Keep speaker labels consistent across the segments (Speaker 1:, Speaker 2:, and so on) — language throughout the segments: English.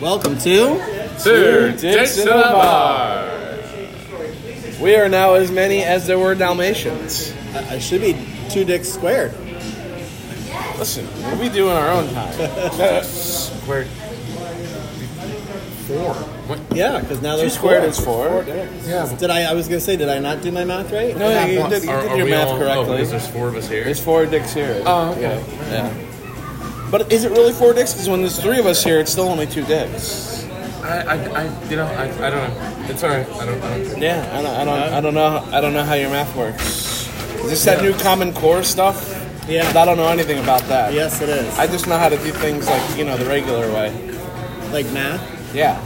Speaker 1: Welcome to.
Speaker 2: Two
Speaker 3: dicks in a We are now as many as there were Dalmatians.
Speaker 1: I I should be two dicks squared.
Speaker 3: Listen, what we do in our own time. Squared.
Speaker 2: Four. What?
Speaker 1: Yeah, because now
Speaker 3: Two
Speaker 1: there's
Speaker 3: squared
Speaker 1: four.
Speaker 3: is four.
Speaker 2: Yeah.
Speaker 1: Did I? I was gonna say, did I not do my math right?
Speaker 3: No,
Speaker 1: Yeah.
Speaker 3: you
Speaker 2: Once.
Speaker 3: did, you
Speaker 2: Are-
Speaker 3: did
Speaker 2: are
Speaker 3: your
Speaker 2: we
Speaker 3: math
Speaker 2: all- oh,
Speaker 3: correctly.
Speaker 2: because there's four of us here.
Speaker 3: There's four dicks here.
Speaker 2: Oh, okay.
Speaker 3: Yeah. yeah. Uh, But is it really four dicks? Because when there's three of us here, it's still only two dicks.
Speaker 2: I, I, I, you know, I, I don't know. It's alright. I don't, I don't care.
Speaker 3: Yeah, I don't, I don't, I don't know, I don't know how your math works. Is this that new Common Core stuff?
Speaker 1: Yeah.
Speaker 3: I don't know anything about that.
Speaker 1: Yes, it is.
Speaker 3: I just know how to do things like you know the regular way.
Speaker 1: like math.
Speaker 3: Yeah.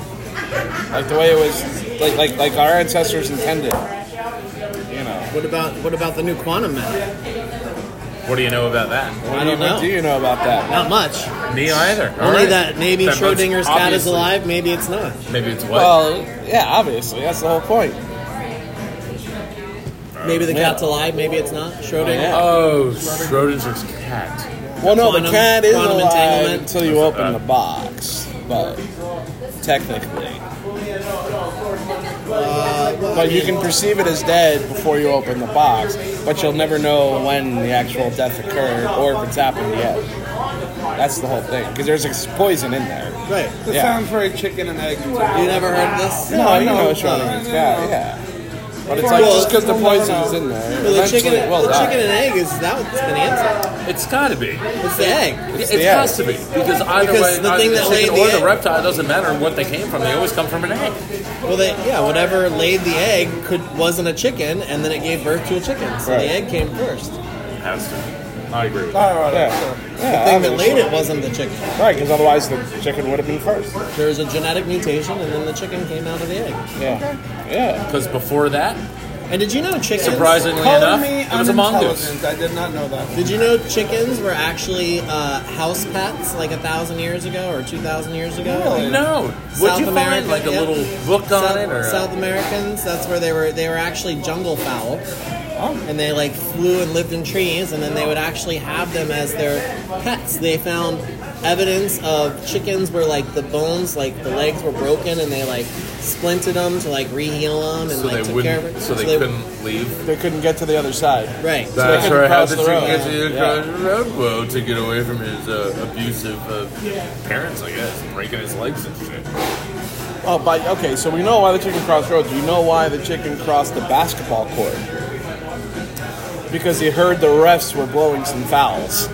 Speaker 3: Like the way it was, like like like our ancestors intended. You know.
Speaker 1: What about what about the new quantum math?
Speaker 2: What do you know about that?
Speaker 1: I
Speaker 3: What do you-
Speaker 1: don't
Speaker 3: what
Speaker 1: know.
Speaker 3: do you know about that?
Speaker 1: Not much.
Speaker 2: Me either. All
Speaker 1: Only
Speaker 2: right.
Speaker 1: that maybe
Speaker 2: That most
Speaker 1: Schrodinger's cat is
Speaker 2: obviously-
Speaker 1: alive. Maybe it's not.
Speaker 2: Maybe it's what?
Speaker 3: Well, yeah, obviously that's the whole point.
Speaker 1: Maybe the
Speaker 3: yeah.
Speaker 1: cat's alive. Maybe it's not. Schrodinger.
Speaker 3: Yeah.
Speaker 2: oh, Schrodinger's cat.
Speaker 3: Well, no, the
Speaker 1: Quantum-
Speaker 3: cat is
Speaker 1: quantum
Speaker 3: alive
Speaker 1: entanglement.
Speaker 3: until you open the box, but technically. Uh, But you can perceive it as dead before you open the box, but you'll never know when the actual death occurred or if it's happened yet. That's the whole thing, because there's ex- poison in there.
Speaker 1: Right.
Speaker 4: That
Speaker 3: Yeah.
Speaker 4: sounds very chicken and egg.
Speaker 1: You never heard this?
Speaker 3: No, you know
Speaker 1: no,
Speaker 3: it's wrong.
Speaker 1: no.
Speaker 3: It's got, yeah. But it's like
Speaker 1: Well,
Speaker 3: just because the poison is in there,
Speaker 1: Well, the chicken,
Speaker 3: eventually it will
Speaker 1: the
Speaker 3: die.
Speaker 1: chicken and egg is that was an answer.
Speaker 2: It's gotta be.
Speaker 1: It's the egg.
Speaker 2: It's
Speaker 3: the egg.
Speaker 2: has to be because either
Speaker 1: Because
Speaker 2: way,
Speaker 1: the
Speaker 2: either
Speaker 1: thing
Speaker 2: the
Speaker 1: that laid
Speaker 2: chicken or
Speaker 1: the
Speaker 2: the
Speaker 1: egg-
Speaker 2: reptile it doesn't matter what they came from. They always come from an egg.
Speaker 1: Well, they, yeah, whatever laid the egg could wasn't a chicken, and then it gave birth to a chicken, so
Speaker 3: Right.
Speaker 1: the egg came first.
Speaker 2: Has to. I agree. With that.
Speaker 4: All right.
Speaker 3: Yeah. Yeah,
Speaker 1: The thing that
Speaker 3: obviously.
Speaker 1: laid it wasn't the chicken.
Speaker 3: Right, because otherwise the chicken would have been first.
Speaker 1: There was a genetic mutation, and then the chicken came out of the egg.
Speaker 3: Yeah. Yeah.
Speaker 2: Because before that,
Speaker 1: And did you know chickens?
Speaker 2: surprisingly
Speaker 4: Calling
Speaker 2: enough,
Speaker 4: me
Speaker 2: it was a mongoose.
Speaker 4: unintelligent. I did not know that.
Speaker 1: Did you know chickens were actually uh, house pets like a thousand years ago or two thousand years ago?
Speaker 4: Really?
Speaker 2: No.
Speaker 1: South
Speaker 2: Would you find
Speaker 1: America,
Speaker 2: like a
Speaker 1: yeah.
Speaker 2: little book on
Speaker 1: South,
Speaker 2: it or? a-
Speaker 1: South Americans. That's where they were. They were actually jungle fowl,
Speaker 2: Oh.
Speaker 1: and they like flew and lived in trees, and then they would actually have them as their pets. They found evidence of chickens where like the bones, like the legs, were broken, and they like splinted them to like reheal them and
Speaker 2: so
Speaker 1: like
Speaker 2: they
Speaker 1: took care of
Speaker 2: wouldn't.
Speaker 1: it.
Speaker 2: So they couldn't leave.
Speaker 3: They couldn't get to the other side.
Speaker 1: Right.
Speaker 3: That's couldn't right, how cross the the chicken road.
Speaker 2: gets
Speaker 3: gets you to Yeah.
Speaker 2: the road. Well, to get away from his uh, abusive uh, parents, I guess, breaking his legs and shit.
Speaker 3: Oh, but okay. So we know why the chicken crossed roads. We know why the chicken crossed the basketball court. Because he heard the refs were blowing some fouls.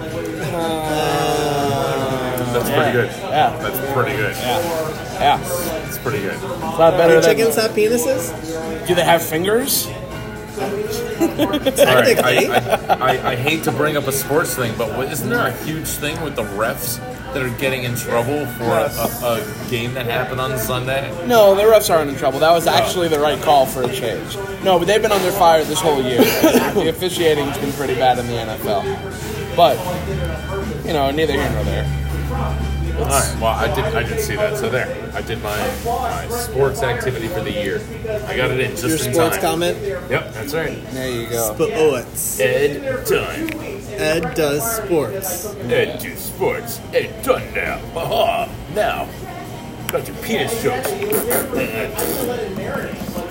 Speaker 2: That's
Speaker 3: Yeah.
Speaker 2: pretty good.
Speaker 3: Yeah.
Speaker 2: That's pretty good.
Speaker 3: Yeah, it's
Speaker 2: That's pretty good.
Speaker 3: not better
Speaker 1: Do
Speaker 3: than.
Speaker 1: chickens have penises?
Speaker 3: Do they have fingers?
Speaker 2: All right,
Speaker 1: Technically.
Speaker 2: I, I, I, I hate to bring up a sports thing, but what, isn't there a huge thing with the refs that are getting in trouble for a, a, a game that happened on Sunday?
Speaker 3: No, the refs aren't in trouble. That was actually the right call for a change. No, but they've been under fire this whole year. the officiating's been pretty bad in the NFL. But you know, neither here nor there.
Speaker 2: All right. Well, I did. I did see that. So there, I did my, my sports activity for the year. I got it in just
Speaker 1: Your
Speaker 2: in
Speaker 1: sports
Speaker 2: time.
Speaker 1: comment.
Speaker 2: Yep, that's right.
Speaker 3: There you go.
Speaker 1: Sports.
Speaker 2: Ed time.
Speaker 1: oh, Ed does sports.
Speaker 2: Ed do sports. Ed done now. Ha Now. Got your penis jokes.
Speaker 1: We're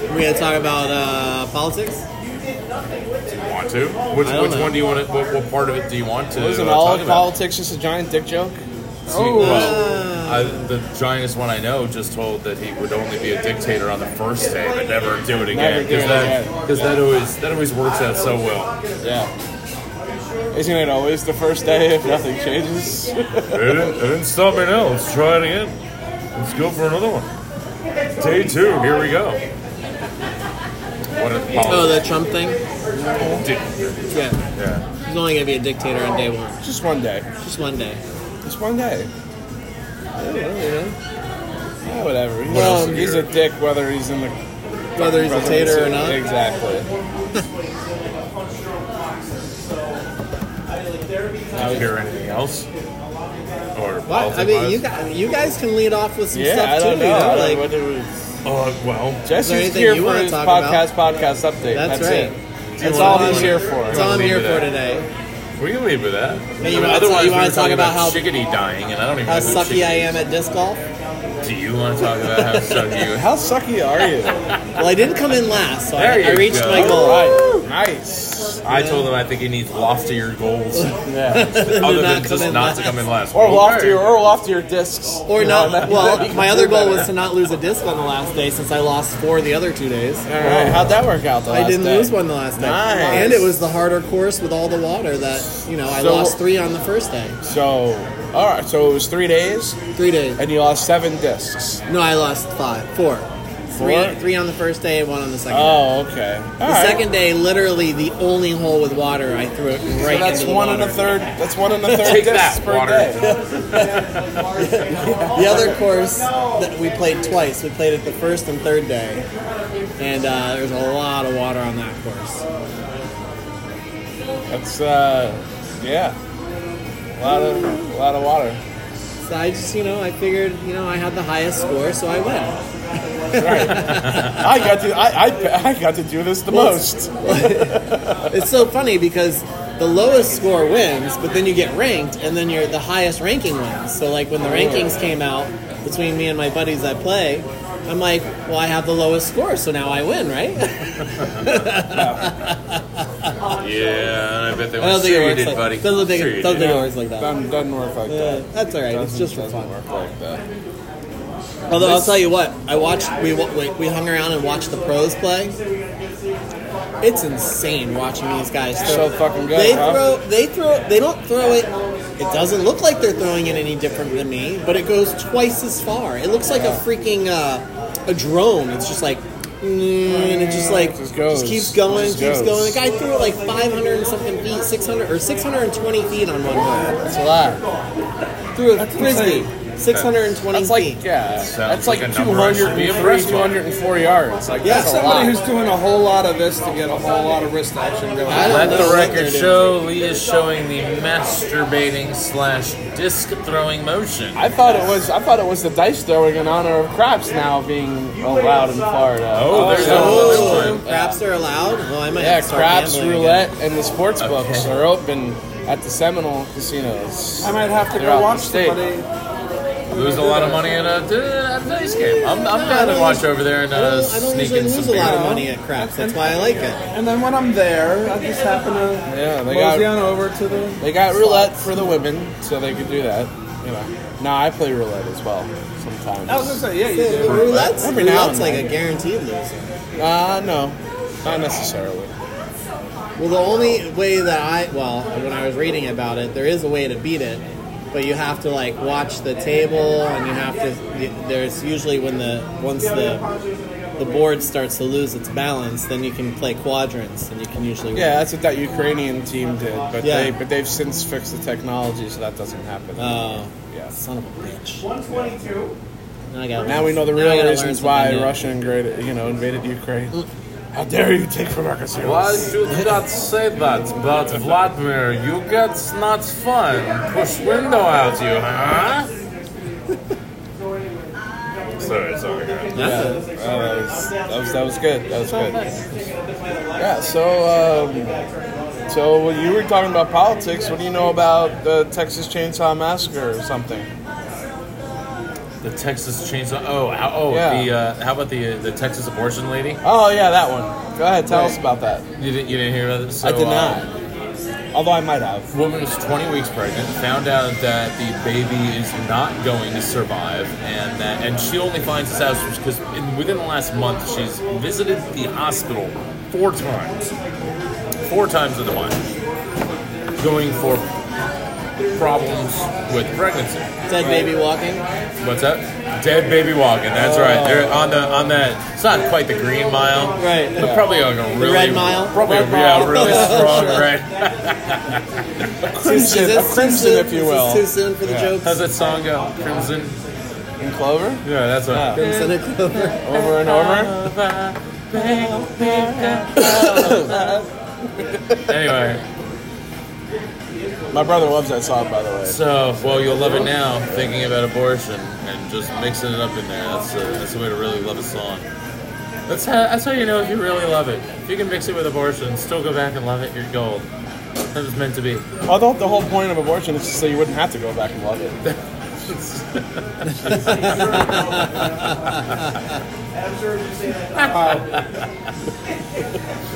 Speaker 1: gonna talk about uh, politics.
Speaker 2: Want to? Which,
Speaker 1: I don't
Speaker 2: which
Speaker 1: know.
Speaker 2: one do you want to? What, what part of it do you want to?
Speaker 3: Isn't
Speaker 2: uh,
Speaker 3: all
Speaker 2: talk
Speaker 3: of
Speaker 2: about?
Speaker 3: politics just a giant dick joke?
Speaker 2: Oh,
Speaker 1: Uh,
Speaker 2: well, I, the giantest one I know just told that he would only be a dictator on the first day, but never do it
Speaker 3: Never
Speaker 2: again.
Speaker 3: do it
Speaker 2: that,
Speaker 3: again.
Speaker 2: 'cause that always that always works out so well.
Speaker 3: Yeah. Isn't it always the first day if nothing changes?
Speaker 2: It didn't, it didn't stop me now. Let's try it again. Let's go for another one. Day two. Here we go. What a
Speaker 1: Oh,
Speaker 2: policy.
Speaker 1: the Trump thing.
Speaker 2: Dude,
Speaker 1: Yeah,
Speaker 2: yeah.
Speaker 1: he's only gonna be a dictator on day one,
Speaker 3: Just one day.
Speaker 1: just one day.
Speaker 3: Just one day. Yeah, whatever. He's,
Speaker 2: Well,
Speaker 3: he's a dick whether he's in the
Speaker 1: Whether he's a tater or not.
Speaker 3: Exactly.
Speaker 2: Did you hear anything else? Or
Speaker 1: What? I mean, you guys, you guys can lead off with some
Speaker 3: Yeah,
Speaker 1: stuff
Speaker 3: I
Speaker 1: too.
Speaker 3: don't
Speaker 1: you
Speaker 3: know. I don't know
Speaker 1: Like
Speaker 3: what it was.
Speaker 2: Oh well.
Speaker 1: there
Speaker 3: Jesse's
Speaker 1: anything
Speaker 3: here
Speaker 1: you
Speaker 3: for
Speaker 1: wanna
Speaker 3: his
Speaker 1: talk
Speaker 3: podcast, podcast update.
Speaker 1: that's,
Speaker 3: That's,
Speaker 1: right.
Speaker 3: it.
Speaker 1: That's
Speaker 3: That's
Speaker 1: all
Speaker 3: all
Speaker 1: I'm
Speaker 3: he's
Speaker 1: here.
Speaker 3: here for.
Speaker 1: That's all I'm
Speaker 2: Leave
Speaker 1: here
Speaker 2: it
Speaker 1: for
Speaker 2: at-
Speaker 1: today.
Speaker 2: We can leave with that.
Speaker 1: Hey, you wanna- you wanna
Speaker 2: we were
Speaker 1: talk about how-
Speaker 2: chickadee dying, and I don't even
Speaker 1: How
Speaker 2: know who
Speaker 1: sucky
Speaker 2: chickadee
Speaker 1: I am at disc golf.
Speaker 2: is. Do you want to talk about how sucky you?
Speaker 3: How sucky are you?
Speaker 1: Well, I didn't come in last, so
Speaker 2: There
Speaker 1: I, I
Speaker 2: you
Speaker 1: reached
Speaker 2: go.
Speaker 1: my goal.
Speaker 3: Alright. Nice.
Speaker 2: I told him I think he needs loftier goals,
Speaker 3: Yeah.
Speaker 2: other than
Speaker 1: come
Speaker 2: just
Speaker 1: in
Speaker 2: not
Speaker 1: last.
Speaker 2: to come in last.
Speaker 3: Or
Speaker 2: Okay.
Speaker 3: loftier or loftier discs.
Speaker 1: Or
Speaker 3: You know,
Speaker 1: not.
Speaker 3: that-
Speaker 1: well,
Speaker 3: that-
Speaker 1: my other goal was to not lose a disc on the last day since I lost four the other two days.
Speaker 3: Alright, how'd that work out? The
Speaker 1: I
Speaker 3: last
Speaker 1: didn't
Speaker 3: day?
Speaker 1: lose one the last day.
Speaker 3: Nice.
Speaker 1: And it was the harder course with all the water that, you know, I
Speaker 3: So-
Speaker 1: lost three on the first day.
Speaker 3: So, all right. So it was three days,
Speaker 1: Three days.
Speaker 3: and you lost seven discs.
Speaker 1: No, I lost five. Four.
Speaker 3: Four?
Speaker 1: Three, three on the first day and one on the second day.
Speaker 3: Oh, okay. All
Speaker 1: The second day, literally the only hole with water, I threw it right
Speaker 3: So that's
Speaker 1: into the
Speaker 3: one
Speaker 1: water.
Speaker 3: and a third. That's one and a third
Speaker 2: Take
Speaker 3: discs
Speaker 2: that,
Speaker 3: per
Speaker 2: water.
Speaker 3: day.
Speaker 1: The other course that we played twice, we played it the first and third day, and uh, there's a lot of water on that course.
Speaker 3: That's uh, yeah, a lot of a lot of water.
Speaker 1: So I just, you know, I figured, you know, I had the highest score, so I win.
Speaker 3: I got to I, I, I got to do this the most.
Speaker 1: It's so funny because the lowest score wins, but then you get ranked, and then you're the highest ranking wins. So like when
Speaker 2: Oh.
Speaker 1: the rankings came out between me and my buddies I play, I'm like, well, I have the lowest score, so now I win, right?
Speaker 2: Yeah, I bet they
Speaker 1: I
Speaker 2: went.
Speaker 1: don't think
Speaker 2: Sure
Speaker 1: it
Speaker 2: you
Speaker 1: works
Speaker 2: did,
Speaker 1: like
Speaker 2: buddy.
Speaker 1: that. Doesn't think,
Speaker 2: Sure
Speaker 1: it,
Speaker 2: you
Speaker 1: doesn't
Speaker 2: did.
Speaker 1: think it works like that.
Speaker 3: Doesn't, doesn't work like
Speaker 1: Yeah,
Speaker 3: that.
Speaker 1: that's all right. It's
Speaker 3: Doesn't-
Speaker 1: just for
Speaker 3: doesn't
Speaker 1: fun.
Speaker 3: Work like that.
Speaker 1: Although I'll tell you what, I watched we wa- we we hung around and watched the pros play. It's insane watching these guys throw.
Speaker 3: So fucking good,
Speaker 1: They
Speaker 3: huh?
Speaker 1: throw. They throw. They don't throw it. It doesn't look like they're throwing it any different than me, but it goes twice as far. It looks like a freaking uh, a drone. It's just like. mm, And it just like
Speaker 3: Just goes.
Speaker 1: keeps going,
Speaker 3: Just
Speaker 1: keeps
Speaker 3: goes.
Speaker 1: going. The guy threw it like 500 and something feet, 600 or 620 feet on one hole.
Speaker 3: That's a lot.
Speaker 1: Through a frisbee, 620
Speaker 3: That's
Speaker 1: feet.
Speaker 3: like yeah. That's
Speaker 2: Sounds
Speaker 3: like,
Speaker 2: like a
Speaker 3: two
Speaker 2: number I should
Speaker 3: hundred
Speaker 2: be
Speaker 3: and three,
Speaker 2: impressed by.
Speaker 3: two hundred and four yards. Like
Speaker 1: Yeah,
Speaker 3: that's a
Speaker 4: Somebody
Speaker 3: lot.
Speaker 4: who's doing a whole lot of this to get a whole lot of wrist action going.
Speaker 1: I don't
Speaker 2: Let
Speaker 1: know
Speaker 2: the
Speaker 1: what they're
Speaker 2: record
Speaker 1: doing.
Speaker 2: show Lee is showing the masturbating slash disc throwing motion.
Speaker 3: I thought it was I thought it was the dice throwing in honor of craps now being allowed in Florida.
Speaker 2: Oh, there's
Speaker 1: Oh,
Speaker 2: another one.
Speaker 1: craps are allowed? Well, I might
Speaker 3: yeah,
Speaker 1: have to start
Speaker 3: craps,
Speaker 1: gambling
Speaker 3: roulette, and the sports
Speaker 2: Okay.
Speaker 3: books are open at the Seminole casinos.
Speaker 4: I might have to
Speaker 3: Throughout
Speaker 4: go
Speaker 3: the
Speaker 4: watch
Speaker 3: state.
Speaker 4: somebody.
Speaker 2: Lose a lot of money in a, a dice game. I'm, I'm down to watch over there and
Speaker 1: again. I
Speaker 2: uh,
Speaker 1: don't, I don't
Speaker 2: sneak
Speaker 1: usually
Speaker 2: in some
Speaker 1: lose a lot
Speaker 2: beer.
Speaker 1: of money at craps. That's why I like it.
Speaker 4: And then when I'm there, I just happen to
Speaker 3: Yeah, they
Speaker 4: mosey
Speaker 3: got-
Speaker 4: on over to the.
Speaker 3: They got roulette for the women, so they could do that. You know. Now I play roulette as well sometimes.
Speaker 4: I was gonna say, yeah, you
Speaker 1: The
Speaker 4: do.
Speaker 1: Roulette's,
Speaker 3: Every now
Speaker 1: roulette's
Speaker 3: and
Speaker 1: like
Speaker 3: then.
Speaker 1: a guaranteed loser.
Speaker 3: Uh no. Not necessarily.
Speaker 1: Well, the only way that I, well, when I was reading about it, there is a way to beat it, but you have to like watch the table and you have to, there's usually when the, once the, the board starts to lose its balance, then you can play quadrants and you can usually win.
Speaker 3: Yeah, that's what that Ukrainian team did, but
Speaker 1: Yeah.
Speaker 3: they but they've since fixed the technology so that doesn't happen.
Speaker 1: Oh,
Speaker 3: Yeah.
Speaker 1: son of a bitch. 122.
Speaker 3: Now we know the real reasons why Russia invaded, you know, invaded Ukraine. How dare you take from our
Speaker 2: Why
Speaker 3: consumers?
Speaker 2: should not say that about Vladimir? You got not fun. Push window out, you, huh? sorry, sorry. guys.
Speaker 3: Yeah, uh, that, was, that was that was good. That was good. Yeah. So, um, so well, you were talking about politics. What do you know about the Texas Chainsaw Massacre or something?
Speaker 2: The Texas chainsaw. Oh, how, oh,
Speaker 3: Yeah.
Speaker 2: the uh, how about the uh, the Texas abortion lady?
Speaker 3: Oh yeah, that one. Go ahead, tell us about that.
Speaker 2: You didn't you didn't hear about this?
Speaker 3: I did
Speaker 2: So, uh,
Speaker 3: not. Although I might have.
Speaker 2: woman was 20 weeks pregnant found out that the baby is not going to survive and that, and she only finds this out because in, within the last month she's visited the hospital four times four times in a month going for problems with pregnancy
Speaker 1: Dead baby walking.
Speaker 2: what's that dead baby walking that's right
Speaker 1: Oh.
Speaker 2: they're on the on that it's not quite the green mile
Speaker 1: Right.
Speaker 2: but probably like a really
Speaker 1: red mile?
Speaker 2: probably
Speaker 1: Red
Speaker 2: a, yeah,
Speaker 1: mile.
Speaker 2: really strong
Speaker 1: Sure.
Speaker 2: red
Speaker 3: Crimson, a crimson, if you
Speaker 1: too
Speaker 3: will.
Speaker 1: soon for the
Speaker 3: Yeah.
Speaker 1: jokes.
Speaker 2: how's that song go crimson
Speaker 3: In clover,
Speaker 2: yeah that's right
Speaker 1: Crimson and Clover.
Speaker 3: over and over.
Speaker 2: anyway,
Speaker 3: My brother loves that song, by the way.
Speaker 2: so well, you'll love it now. Thinking about abortion and just mixing it up in there—that's uh, that's the way to really love a song. That's how, that's how you know if you really love it. If you can mix it with abortion, still go back and love it. You're gold. It was meant to be.
Speaker 3: I thought the whole point of abortion is just so you wouldn't have to go back and love it.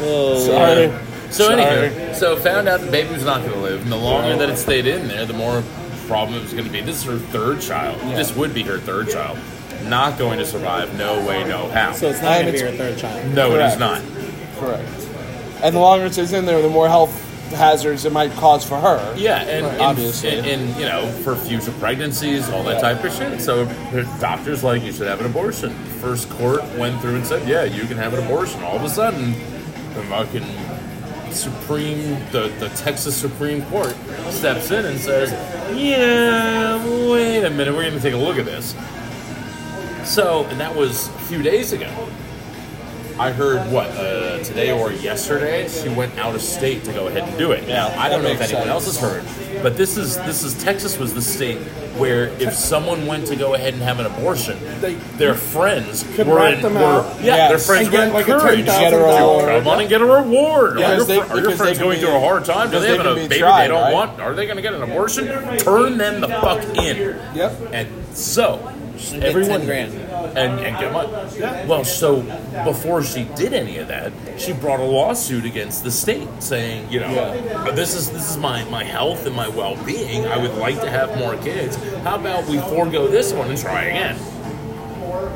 Speaker 3: Oh, Sorry.
Speaker 2: So
Speaker 3: Sorry.
Speaker 2: anyway, so found out the baby was not going to live, and the longer that it stayed in there, the more problem it was going to be. This is her third child. This would be her third child. Not going to survive. No way, no how.
Speaker 1: So it's not
Speaker 3: And
Speaker 1: going to be
Speaker 3: it's-
Speaker 1: your third child.
Speaker 2: no, it
Speaker 3: correct.
Speaker 2: is not.
Speaker 3: Correct. And the longer it stays in there, the more health hazards it might cause for her.
Speaker 2: Yeah, and and-
Speaker 3: Obviously.
Speaker 2: and, and, you know, for future pregnancies, all that type of shit. So the doctors like you should have an abortion. First court went through and said, yeah, you can have an abortion. All of a sudden, the fucking Supreme, the, the Texas Supreme Court steps in and says, yeah, wait a minute, we're going to take a look at this. So, and that was a few days ago. I heard what uh, today or yesterday she went out of state to go ahead and do it. Now I don't know if
Speaker 3: makes
Speaker 2: anyone
Speaker 3: sense.
Speaker 2: else has heard, but this is this is Texas was the state where if someone went to go ahead and have an abortion,
Speaker 4: They-
Speaker 2: their friends
Speaker 4: Could
Speaker 2: were,
Speaker 4: rat
Speaker 2: in,
Speaker 4: them
Speaker 2: were
Speaker 4: out.
Speaker 2: yeah,
Speaker 3: Yes.
Speaker 2: their friends
Speaker 4: And
Speaker 2: were
Speaker 4: get, like, a
Speaker 2: encouraged.
Speaker 4: $10,000
Speaker 3: Get her
Speaker 2: Come on and get a reward. Are,
Speaker 3: Yes,
Speaker 2: your,
Speaker 3: they-
Speaker 2: fr- are your
Speaker 3: because they
Speaker 2: friends
Speaker 3: can
Speaker 2: going
Speaker 3: be-
Speaker 2: through a hard time? Do
Speaker 3: because
Speaker 2: they
Speaker 3: they
Speaker 2: have
Speaker 3: can
Speaker 2: a
Speaker 3: be
Speaker 2: baby they
Speaker 3: tried,
Speaker 2: don't
Speaker 3: right?
Speaker 2: want? Are they going to get an abortion? Turn them the fuck in.
Speaker 4: Yep.
Speaker 2: And so
Speaker 1: get 10 grand.
Speaker 2: and, and get money. Well, so before she did any of that, she brought a lawsuit against the state saying, you know, this is this is my, my health and my well being. I would like to have more kids. How about we forego this one and try again?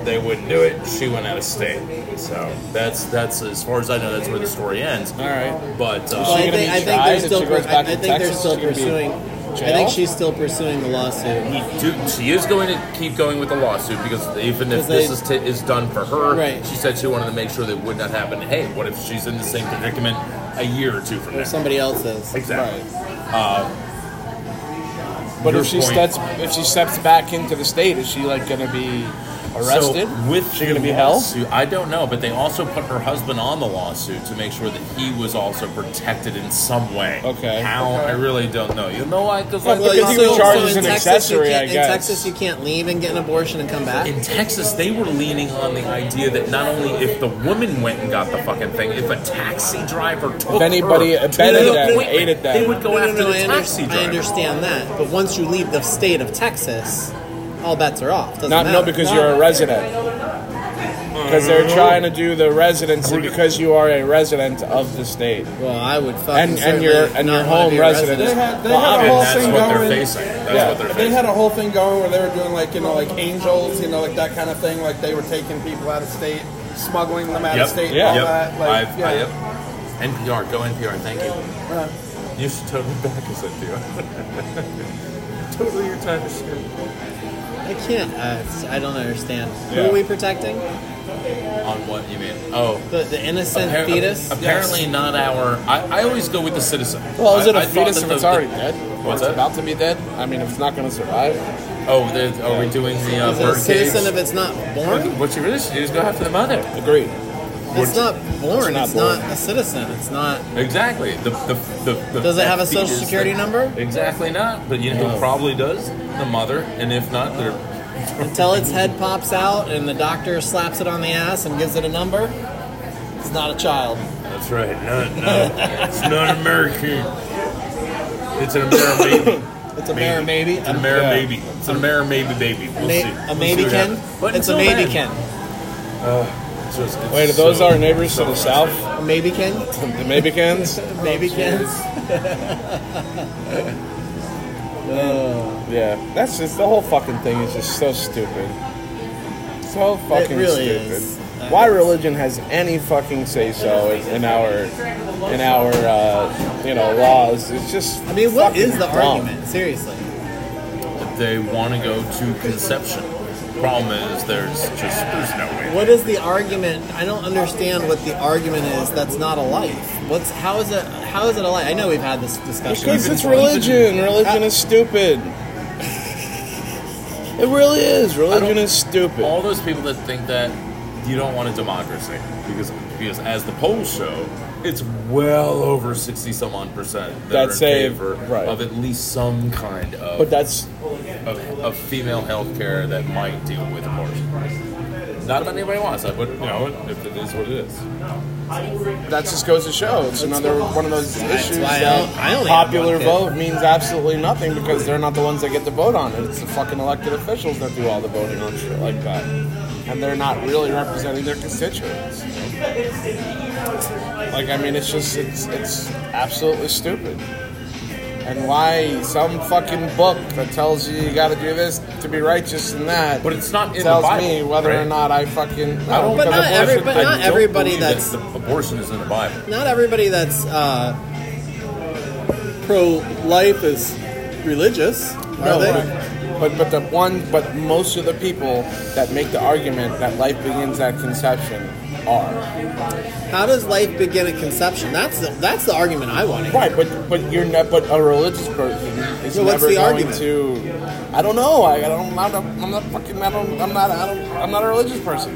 Speaker 2: They wouldn't do it. She went out of state. So that's that's as far as I know. That's where the story ends. All
Speaker 3: right.
Speaker 2: but
Speaker 1: Well,
Speaker 2: uh,
Speaker 1: I
Speaker 3: gonna
Speaker 1: think,
Speaker 3: be
Speaker 1: I think
Speaker 3: tried
Speaker 1: they're
Speaker 3: if
Speaker 1: still.
Speaker 3: she goes
Speaker 1: per- I,
Speaker 3: back
Speaker 1: I
Speaker 3: to
Speaker 1: think
Speaker 3: Texas?
Speaker 1: they're
Speaker 3: She
Speaker 1: still
Speaker 3: gonna be
Speaker 1: pursuing. I think
Speaker 3: jail?
Speaker 1: she's still pursuing the lawsuit.
Speaker 2: dude, she is going to keep going with the lawsuit because even
Speaker 1: Because
Speaker 2: if
Speaker 1: they-
Speaker 2: this is, t- is done for her,
Speaker 1: Right.
Speaker 2: she said she wanted to make sure that it would not happen. Hey, what if she's in the same predicament a year or two from now?
Speaker 1: Or somebody else's.
Speaker 2: Exactly.
Speaker 3: But
Speaker 2: Your
Speaker 3: if she
Speaker 2: point.
Speaker 3: steps if she steps back into the state, is she like gonna be arrested?
Speaker 2: So with
Speaker 3: she gonna
Speaker 2: the
Speaker 3: be held?
Speaker 2: lawsuit- I don't know, but they also put her husband on the lawsuit to make sure that he was also protected in some way.
Speaker 3: Okay.
Speaker 2: How I really don't know. You know why? Because like,
Speaker 3: Well, because
Speaker 2: the
Speaker 3: he
Speaker 2: Constitution-
Speaker 3: was charged as an
Speaker 1: Texas,
Speaker 3: accessory,
Speaker 1: you can't,
Speaker 3: I guess.
Speaker 1: In Texas, you can't leave and get an abortion and come back.
Speaker 2: in Texas, they were leaning on the idea that not only if the woman went and got the fucking thing, if a taxi driver took
Speaker 3: If anybody
Speaker 2: her to
Speaker 3: abetted
Speaker 2: the
Speaker 3: them,
Speaker 2: appointment,
Speaker 3: aided them.
Speaker 2: they would go after the
Speaker 1: I, under-
Speaker 2: taxi
Speaker 1: I
Speaker 2: driver.
Speaker 1: understand that, but once you leave the state of Texas, all bets are off. Doesn't
Speaker 3: Not
Speaker 1: matter.
Speaker 3: no, because you're a resident. Because they're trying to do the residency because you are a resident of the state,
Speaker 1: Well, I would fucking
Speaker 3: and and
Speaker 1: certainly
Speaker 3: your and your
Speaker 1: not wanna
Speaker 3: home
Speaker 1: be a
Speaker 3: resident.
Speaker 4: They
Speaker 3: is-
Speaker 4: had- they
Speaker 3: Well,
Speaker 4: had a
Speaker 3: obvi-
Speaker 2: And
Speaker 4: whole
Speaker 2: that's
Speaker 4: thing
Speaker 2: what they're
Speaker 4: going-
Speaker 2: facing. That's
Speaker 3: Yeah.
Speaker 2: what they're
Speaker 4: They
Speaker 2: facing.
Speaker 4: had a whole thing going where they were doing like you know like angels, you know like that kind of thing. Like they were taking people out of state, smuggling them out
Speaker 2: Yep.
Speaker 4: of state,
Speaker 3: Yeah.
Speaker 4: all
Speaker 2: Yep.
Speaker 4: that. Like,
Speaker 2: I've,
Speaker 4: yeah.
Speaker 2: I, yep. NPR, go NPR. Thank you.
Speaker 4: Uh,
Speaker 2: You should totally back us NPR. totally your time is
Speaker 1: I can't. Uh, it's- I don't understand. Who
Speaker 3: Yeah.
Speaker 1: are we protecting?
Speaker 2: On what you mean? Oh.
Speaker 1: The, the innocent
Speaker 2: appar-
Speaker 1: fetus.
Speaker 2: Apparently not our. I, I always go with the citizen.
Speaker 3: Well, is it
Speaker 2: a
Speaker 3: a fetus if it's already dead? Or
Speaker 2: What's
Speaker 3: it's
Speaker 2: that?
Speaker 3: about to be dead? I mean, if it's not going to survive.
Speaker 2: Oh, there's- are we doing the uh,
Speaker 1: Is it a
Speaker 2: bird
Speaker 1: citizen if
Speaker 2: cage?
Speaker 1: it's not born?
Speaker 2: What you really should do is go after the mother.
Speaker 3: Agreed.
Speaker 1: It's not born.
Speaker 3: It's not
Speaker 1: It's
Speaker 3: born.
Speaker 1: not a citizen. It's not.
Speaker 2: Exactly. The, the, the, the
Speaker 1: Does it have a
Speaker 2: that
Speaker 1: social
Speaker 2: fetus
Speaker 1: security
Speaker 2: that-
Speaker 1: number?
Speaker 2: Exactly not. But you know who
Speaker 3: No.
Speaker 2: probably does? The mother. And if not, they're
Speaker 1: Until its head pops out and the doctor slaps it on the ass and gives it a number, it's not a child.
Speaker 2: That's right. Not, no, it's not American. It's an American baby.
Speaker 1: It's a bear maybe.
Speaker 2: It's an American baby. It's an American baby baby. We'll see.
Speaker 1: Ma- a
Speaker 2: We'll
Speaker 1: maybe
Speaker 2: see what
Speaker 1: Ken?
Speaker 2: happens. But
Speaker 1: It's a
Speaker 2: until
Speaker 1: maybe
Speaker 2: then,
Speaker 1: Ken.
Speaker 2: it's just- it's
Speaker 3: Wait, are those
Speaker 2: so-
Speaker 3: our neighbors to the
Speaker 2: so-
Speaker 3: south?
Speaker 1: A maybe Ken?
Speaker 3: The Mabicans?
Speaker 1: Maybe Ken?
Speaker 3: Yeah. That's just the whole fucking thing is just so stupid. So fucking
Speaker 1: really
Speaker 3: stupid.
Speaker 1: is.
Speaker 3: Why religion has any fucking say so in, in our in our uh, you know laws? It's just.
Speaker 1: I mean, what
Speaker 3: fucking
Speaker 1: is the
Speaker 3: dumb.
Speaker 1: argument? Seriously.
Speaker 2: They want to go to conception. Problem is, there's just there's no way.
Speaker 1: What is the argument? I don't understand what the argument is. That's not a life. What's how is it? How is it a life? I know we've had this discussion.
Speaker 3: Because it's religion. Religion is stupid. It really is. Religion is stupid.
Speaker 2: All those people that think that you don't want a democracy because because as the polls show, it's well over sixty some odd percent that
Speaker 3: That
Speaker 2: are in
Speaker 3: say-
Speaker 2: favor
Speaker 3: right.
Speaker 2: of at least some kind of
Speaker 3: But that's
Speaker 2: of, of female healthcare that might deal with abortion. Not that anybody wants that, but you know, if it is what it is.
Speaker 3: That just goes to show. It's another one of those issues
Speaker 1: why I
Speaker 3: that
Speaker 1: don't- I only have
Speaker 3: popular
Speaker 1: one kid.
Speaker 3: vote means absolutely nothing because they're not the ones that get to vote on it. It's the fucking elected officials that do all the voting on shit like that. And they're not really representing their constituents. Like, I mean, it's just, it's, it's absolutely stupid. And why some fucking book that tells you you gotta do this to be righteous and that
Speaker 2: But it's not in the
Speaker 3: tells
Speaker 2: Bible,
Speaker 3: me whether or
Speaker 2: right?
Speaker 3: not I fucking. No,
Speaker 2: I don't.
Speaker 3: because
Speaker 1: But not
Speaker 3: abortion-
Speaker 1: every- but
Speaker 2: I
Speaker 1: not
Speaker 2: don't
Speaker 1: everybody
Speaker 2: believe
Speaker 1: that's-
Speaker 2: that the abortion is in the Bible.
Speaker 1: Not everybody that's uh, pro life is religious.
Speaker 3: No,
Speaker 1: are they?
Speaker 3: but, but but the one but most of the people that make the argument that life begins at conception are
Speaker 1: How does life begin at conception? That's the, that's the argument I want to hear.
Speaker 3: right. But but you're not. But a religious person is
Speaker 1: So
Speaker 3: never
Speaker 1: what's the
Speaker 3: going
Speaker 1: argument?
Speaker 3: to. I don't know. I, I don't. I'm not, I'm not fucking. I don't. I'm not. I don't. I'm not a religious person.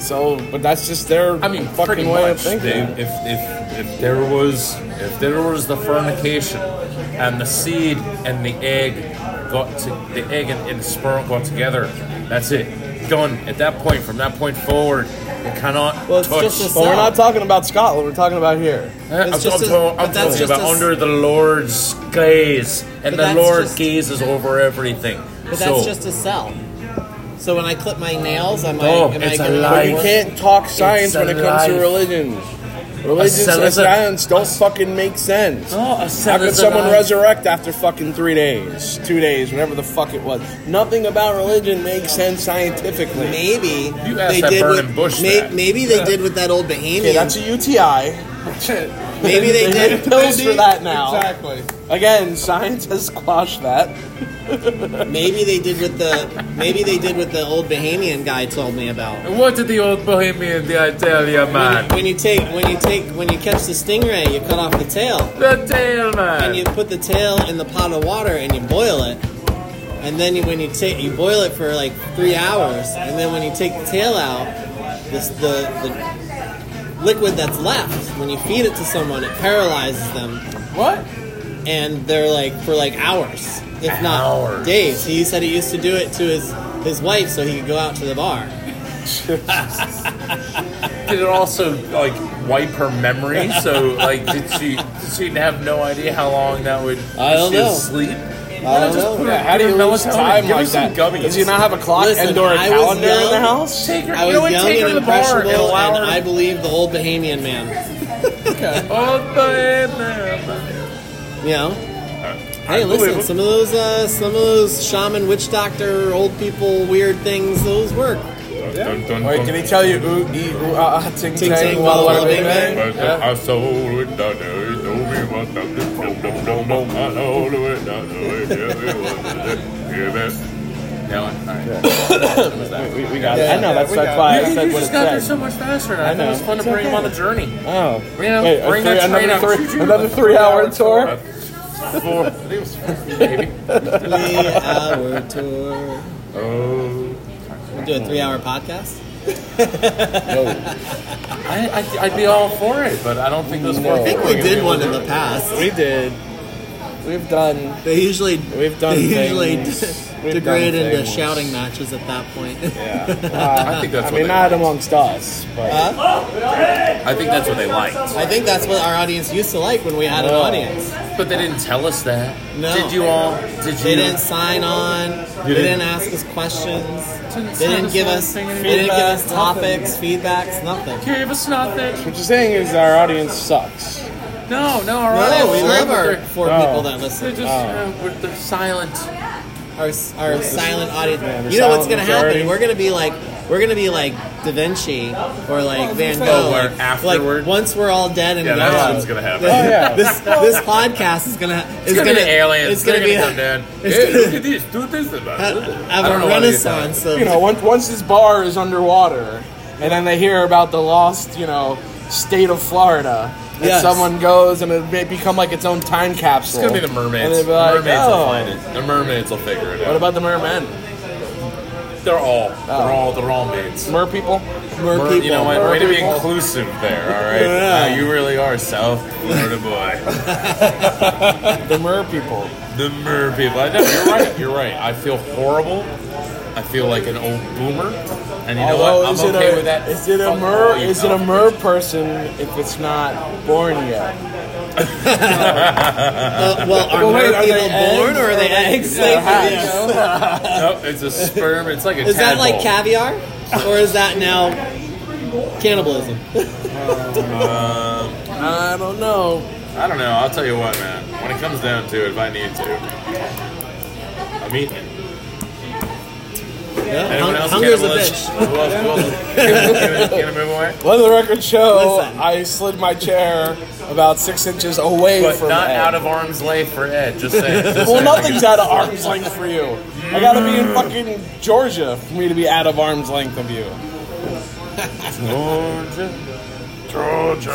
Speaker 3: So, but that's just their.
Speaker 2: I mean, pretty
Speaker 3: fucking way of
Speaker 2: much. They,
Speaker 3: thinking.
Speaker 2: if, if, if there was if there was the fermentation and the seed and the egg got to the egg and, and the sperm got together, that's it. Done. At that point, from that point forward, you cannot
Speaker 1: Well, it's
Speaker 2: touch.
Speaker 1: just a
Speaker 3: but we're
Speaker 1: cell.
Speaker 3: not talking about Scotland. We're talking about here.
Speaker 2: Eh, I'm,
Speaker 1: it's just
Speaker 2: I'm
Speaker 1: a-
Speaker 2: talking-
Speaker 1: but that's
Speaker 2: I'm talking
Speaker 1: just
Speaker 2: about
Speaker 1: a-
Speaker 2: under the Lord's gaze, and
Speaker 1: But
Speaker 2: the
Speaker 1: that's
Speaker 2: Lord
Speaker 1: just-
Speaker 2: gazes over everything.
Speaker 1: But
Speaker 2: so,
Speaker 1: that's just a cell. So when I clip my nails, am I,
Speaker 2: Oh,
Speaker 1: am
Speaker 2: it's
Speaker 1: I
Speaker 2: a
Speaker 1: gonna
Speaker 2: lie.
Speaker 3: But you can't talk
Speaker 2: It's
Speaker 3: science when it comes to
Speaker 2: alive.
Speaker 3: religion. Religion
Speaker 2: cell
Speaker 3: and
Speaker 2: is a-
Speaker 3: science don't fucking make sense.
Speaker 2: No, a
Speaker 3: How
Speaker 2: cell
Speaker 3: could
Speaker 2: is a
Speaker 3: someone
Speaker 2: lie.
Speaker 3: resurrect after fucking three days, two days, whatever the fuck it was? Nothing about religion makes sense scientifically.
Speaker 1: Maybe
Speaker 2: You asked
Speaker 1: they
Speaker 2: that
Speaker 1: did
Speaker 2: Vernon
Speaker 1: with
Speaker 2: Bush
Speaker 1: may-
Speaker 2: that.
Speaker 1: maybe they did with that old Bahamian.
Speaker 3: Okay, that's a UTI.
Speaker 1: maybe they
Speaker 3: make
Speaker 1: did.
Speaker 3: pills for that now.
Speaker 4: Exactly.
Speaker 3: Again, science has squashed that.
Speaker 1: Maybe they did with the. Maybe they did with the old Bahamian guy told me about.
Speaker 2: What did the old Bohemian guy tell you,
Speaker 1: When
Speaker 2: man?
Speaker 1: you, when you take when you take when you catch the stingray, you cut off the tail
Speaker 2: The tail, man.
Speaker 1: and you put the tail in the pot of water and you boil it. And then you, when you take you boil it for like three hours, and then when you take the tail out, this the the liquid that's left when you feed it to someone, it paralyzes them.
Speaker 3: What?
Speaker 1: and they're like for like hours, if not
Speaker 2: Hours.
Speaker 1: days. He said he used to do it to his his wife so he could go out to the bar.
Speaker 2: Did it also like wipe her memory? So like, did she did she have no idea how long that would?
Speaker 1: I don't
Speaker 2: she was
Speaker 1: know.
Speaker 2: Sleep.
Speaker 1: I don't know.
Speaker 3: Yeah, how do you
Speaker 2: Give her
Speaker 3: lose
Speaker 2: melatonin.
Speaker 3: time
Speaker 2: Give her
Speaker 3: like
Speaker 2: some
Speaker 3: that?
Speaker 2: Gummies.
Speaker 3: Does he not have a clock
Speaker 1: Listen,
Speaker 3: and or a
Speaker 1: I was
Speaker 3: calendar in the
Speaker 1: young.
Speaker 3: house?
Speaker 2: Take her.
Speaker 1: I
Speaker 2: you
Speaker 1: was
Speaker 2: know what?
Speaker 1: young
Speaker 2: Take her
Speaker 1: and
Speaker 2: to the bar and
Speaker 1: impressionable,
Speaker 2: allow
Speaker 1: and
Speaker 2: her.
Speaker 1: I believe the old Bahamian man.
Speaker 2: Oh, baby.
Speaker 1: You know, hey,
Speaker 2: believe
Speaker 1: listen,
Speaker 2: him.
Speaker 1: some of those uh, some of those shaman, witch doctor, old people, weird things, those work.
Speaker 2: Dun, dun,
Speaker 3: Wait,
Speaker 2: dun.
Speaker 3: can he tell you ooh, ee, ooh, ah, ah, ting,
Speaker 1: Ting,
Speaker 3: tang,
Speaker 1: ting,
Speaker 3: walla, walla,
Speaker 1: walla,
Speaker 3: bing,
Speaker 1: walla,
Speaker 3: bang?
Speaker 2: But
Speaker 3: Yeah.
Speaker 2: I sold it, I know it, don't be what I did, dum, dum, dum, dum, I know it, I know it, give it what I did, give it. That one? All right. That was that.
Speaker 3: We, we got
Speaker 4: Yeah,
Speaker 3: it. I know, that's,
Speaker 4: we
Speaker 3: that's
Speaker 4: got
Speaker 3: why
Speaker 2: You-
Speaker 3: I
Speaker 2: you
Speaker 3: said what it
Speaker 2: just got there
Speaker 3: said.
Speaker 2: so much faster, and I,
Speaker 3: I
Speaker 2: thought it was
Speaker 3: know.
Speaker 2: fun to
Speaker 3: It's
Speaker 2: bring him on the journey.
Speaker 3: Oh.
Speaker 2: Bring that-
Speaker 3: Wait, a
Speaker 2: bring
Speaker 3: three-
Speaker 2: that train
Speaker 3: another
Speaker 2: out.
Speaker 3: three,
Speaker 2: Choo-choo.
Speaker 3: another three-hour tour.
Speaker 2: Four. I think it was four, maybe.
Speaker 1: Three hour tour.
Speaker 2: Oh.
Speaker 1: We'll do a three hour podcast.
Speaker 2: I, I, I'd be all for it, but I don't think those four
Speaker 3: No. I
Speaker 1: I think
Speaker 2: people
Speaker 1: we
Speaker 2: are gonna be
Speaker 1: did
Speaker 2: able
Speaker 1: one
Speaker 2: to
Speaker 1: in
Speaker 2: do
Speaker 1: the
Speaker 2: it.
Speaker 1: past.
Speaker 3: We did. We've done.
Speaker 1: They usually
Speaker 3: We've done
Speaker 1: they usually
Speaker 3: things.
Speaker 1: de-
Speaker 3: We've
Speaker 1: degrade
Speaker 3: done
Speaker 1: into
Speaker 3: things.
Speaker 1: shouting matches at that point.
Speaker 3: Yeah. Uh,
Speaker 2: I think that's what
Speaker 3: I mean,
Speaker 2: they
Speaker 3: not
Speaker 2: liked.
Speaker 3: amongst us, but
Speaker 1: Huh?
Speaker 2: I think that's what they liked.
Speaker 1: I think that's what our audience used to like when we had an
Speaker 3: Oh.
Speaker 1: audience.
Speaker 2: But they didn't tell us that.
Speaker 1: No.
Speaker 2: Did you all? Did you?
Speaker 1: They didn't sign on. They
Speaker 2: didn't-
Speaker 1: didn't ask us questions.
Speaker 2: Didn't
Speaker 1: They
Speaker 2: sign
Speaker 1: didn't
Speaker 2: us
Speaker 1: give
Speaker 2: on,
Speaker 1: us. They
Speaker 2: sing anything.
Speaker 1: didn't give us
Speaker 3: Feedback,
Speaker 1: topics, feedbacks, nothing.
Speaker 2: Give us nothing.
Speaker 3: what you're saying is our audience sucks.
Speaker 2: No, no, all right.
Speaker 1: No, we
Speaker 2: We're
Speaker 1: love
Speaker 2: up
Speaker 1: our
Speaker 2: there.
Speaker 1: four
Speaker 3: Oh.
Speaker 1: people that
Speaker 2: They're
Speaker 1: listen.
Speaker 2: just uh, we're, they're silent.
Speaker 1: Our our silent
Speaker 3: Yeah, the
Speaker 1: audience. You know what's
Speaker 3: silent
Speaker 1: gonna happen?
Speaker 3: majority.
Speaker 1: We're gonna be like we're gonna be like Da Vinci or like Van
Speaker 2: like-
Speaker 1: Gogh.
Speaker 2: Oh, where
Speaker 1: like-
Speaker 2: afterward-
Speaker 1: like once we're all dead and
Speaker 2: Yeah,
Speaker 1: gone.
Speaker 2: that's what's gonna happen.
Speaker 3: Oh, yeah.
Speaker 1: this this podcast is gonna
Speaker 2: It's, gonna, be aliens.
Speaker 1: It's gonna
Speaker 2: They're
Speaker 1: be
Speaker 2: gonna come down.
Speaker 1: it's
Speaker 2: Hey,
Speaker 1: gonna-
Speaker 2: look at this. Do this about it. I
Speaker 1: have
Speaker 2: don't
Speaker 1: a
Speaker 2: know why they did that.
Speaker 1: renaissance of
Speaker 3: You know, once once this bar is underwater, and then they hear about the lost, you know, state of Florida. And
Speaker 1: Yes.
Speaker 3: someone goes and it may become like its own time capsule.
Speaker 2: It's gonna be the mermaids.
Speaker 3: And they'll be
Speaker 2: the
Speaker 3: like,
Speaker 2: mermaids
Speaker 3: "Oh,
Speaker 2: will find it. The mermaids will figure it
Speaker 3: What
Speaker 2: out.
Speaker 3: about the mermen?
Speaker 2: They're all. They're all. They're all maids.
Speaker 3: Mer people?
Speaker 1: mer
Speaker 2: Mer-
Speaker 1: Oh. people.
Speaker 2: you know what?
Speaker 3: Mer
Speaker 2: Way to be
Speaker 3: people.
Speaker 2: inclusive there. All right.
Speaker 1: Yeah.
Speaker 2: Wow, you really are South Florida boy.
Speaker 3: The mer people.
Speaker 2: The mer people. I know, you're right. You're right. I feel horrible. I feel like an old boomer, And
Speaker 1: Oh,
Speaker 2: you know what? I'm
Speaker 3: is
Speaker 2: okay
Speaker 3: it a,
Speaker 2: with that.
Speaker 3: Is it a
Speaker 2: Fuck
Speaker 3: mer?
Speaker 2: all you
Speaker 3: Is it a
Speaker 2: motherfuckers.
Speaker 3: mer person if it's not born yet?
Speaker 1: Uh, well, are
Speaker 4: Well, wait,
Speaker 1: mer
Speaker 4: are
Speaker 1: people
Speaker 4: they
Speaker 1: born
Speaker 4: eggs?
Speaker 1: or are they eggs? Like,
Speaker 3: hatched.
Speaker 1: you know?
Speaker 2: Nope, it's a sperm. It's like a
Speaker 1: Is that like
Speaker 2: tadpole.
Speaker 1: caviar, or is that now cannibalism?
Speaker 3: I don't know.
Speaker 2: I don't know. I'll tell you what, man. When it comes down to it, if I need to, I'm eating it.
Speaker 1: Yeah.
Speaker 2: Anyone else?
Speaker 1: Hunger's a
Speaker 2: cannibalist?
Speaker 1: bitch.
Speaker 2: Who else- who else- Can I- can I move away?
Speaker 3: Let the record show.
Speaker 1: Listen.
Speaker 3: I slid my chair about six inches away
Speaker 2: But
Speaker 3: from
Speaker 2: not
Speaker 3: Ed.
Speaker 2: out of arm's length for Ed. Just saying. Just
Speaker 3: Well,
Speaker 2: saying.
Speaker 3: nothing's out of arm's length for you. I gotta be in fucking Georgia for me to be out of arm's length of you.
Speaker 2: Georgia, Georgia,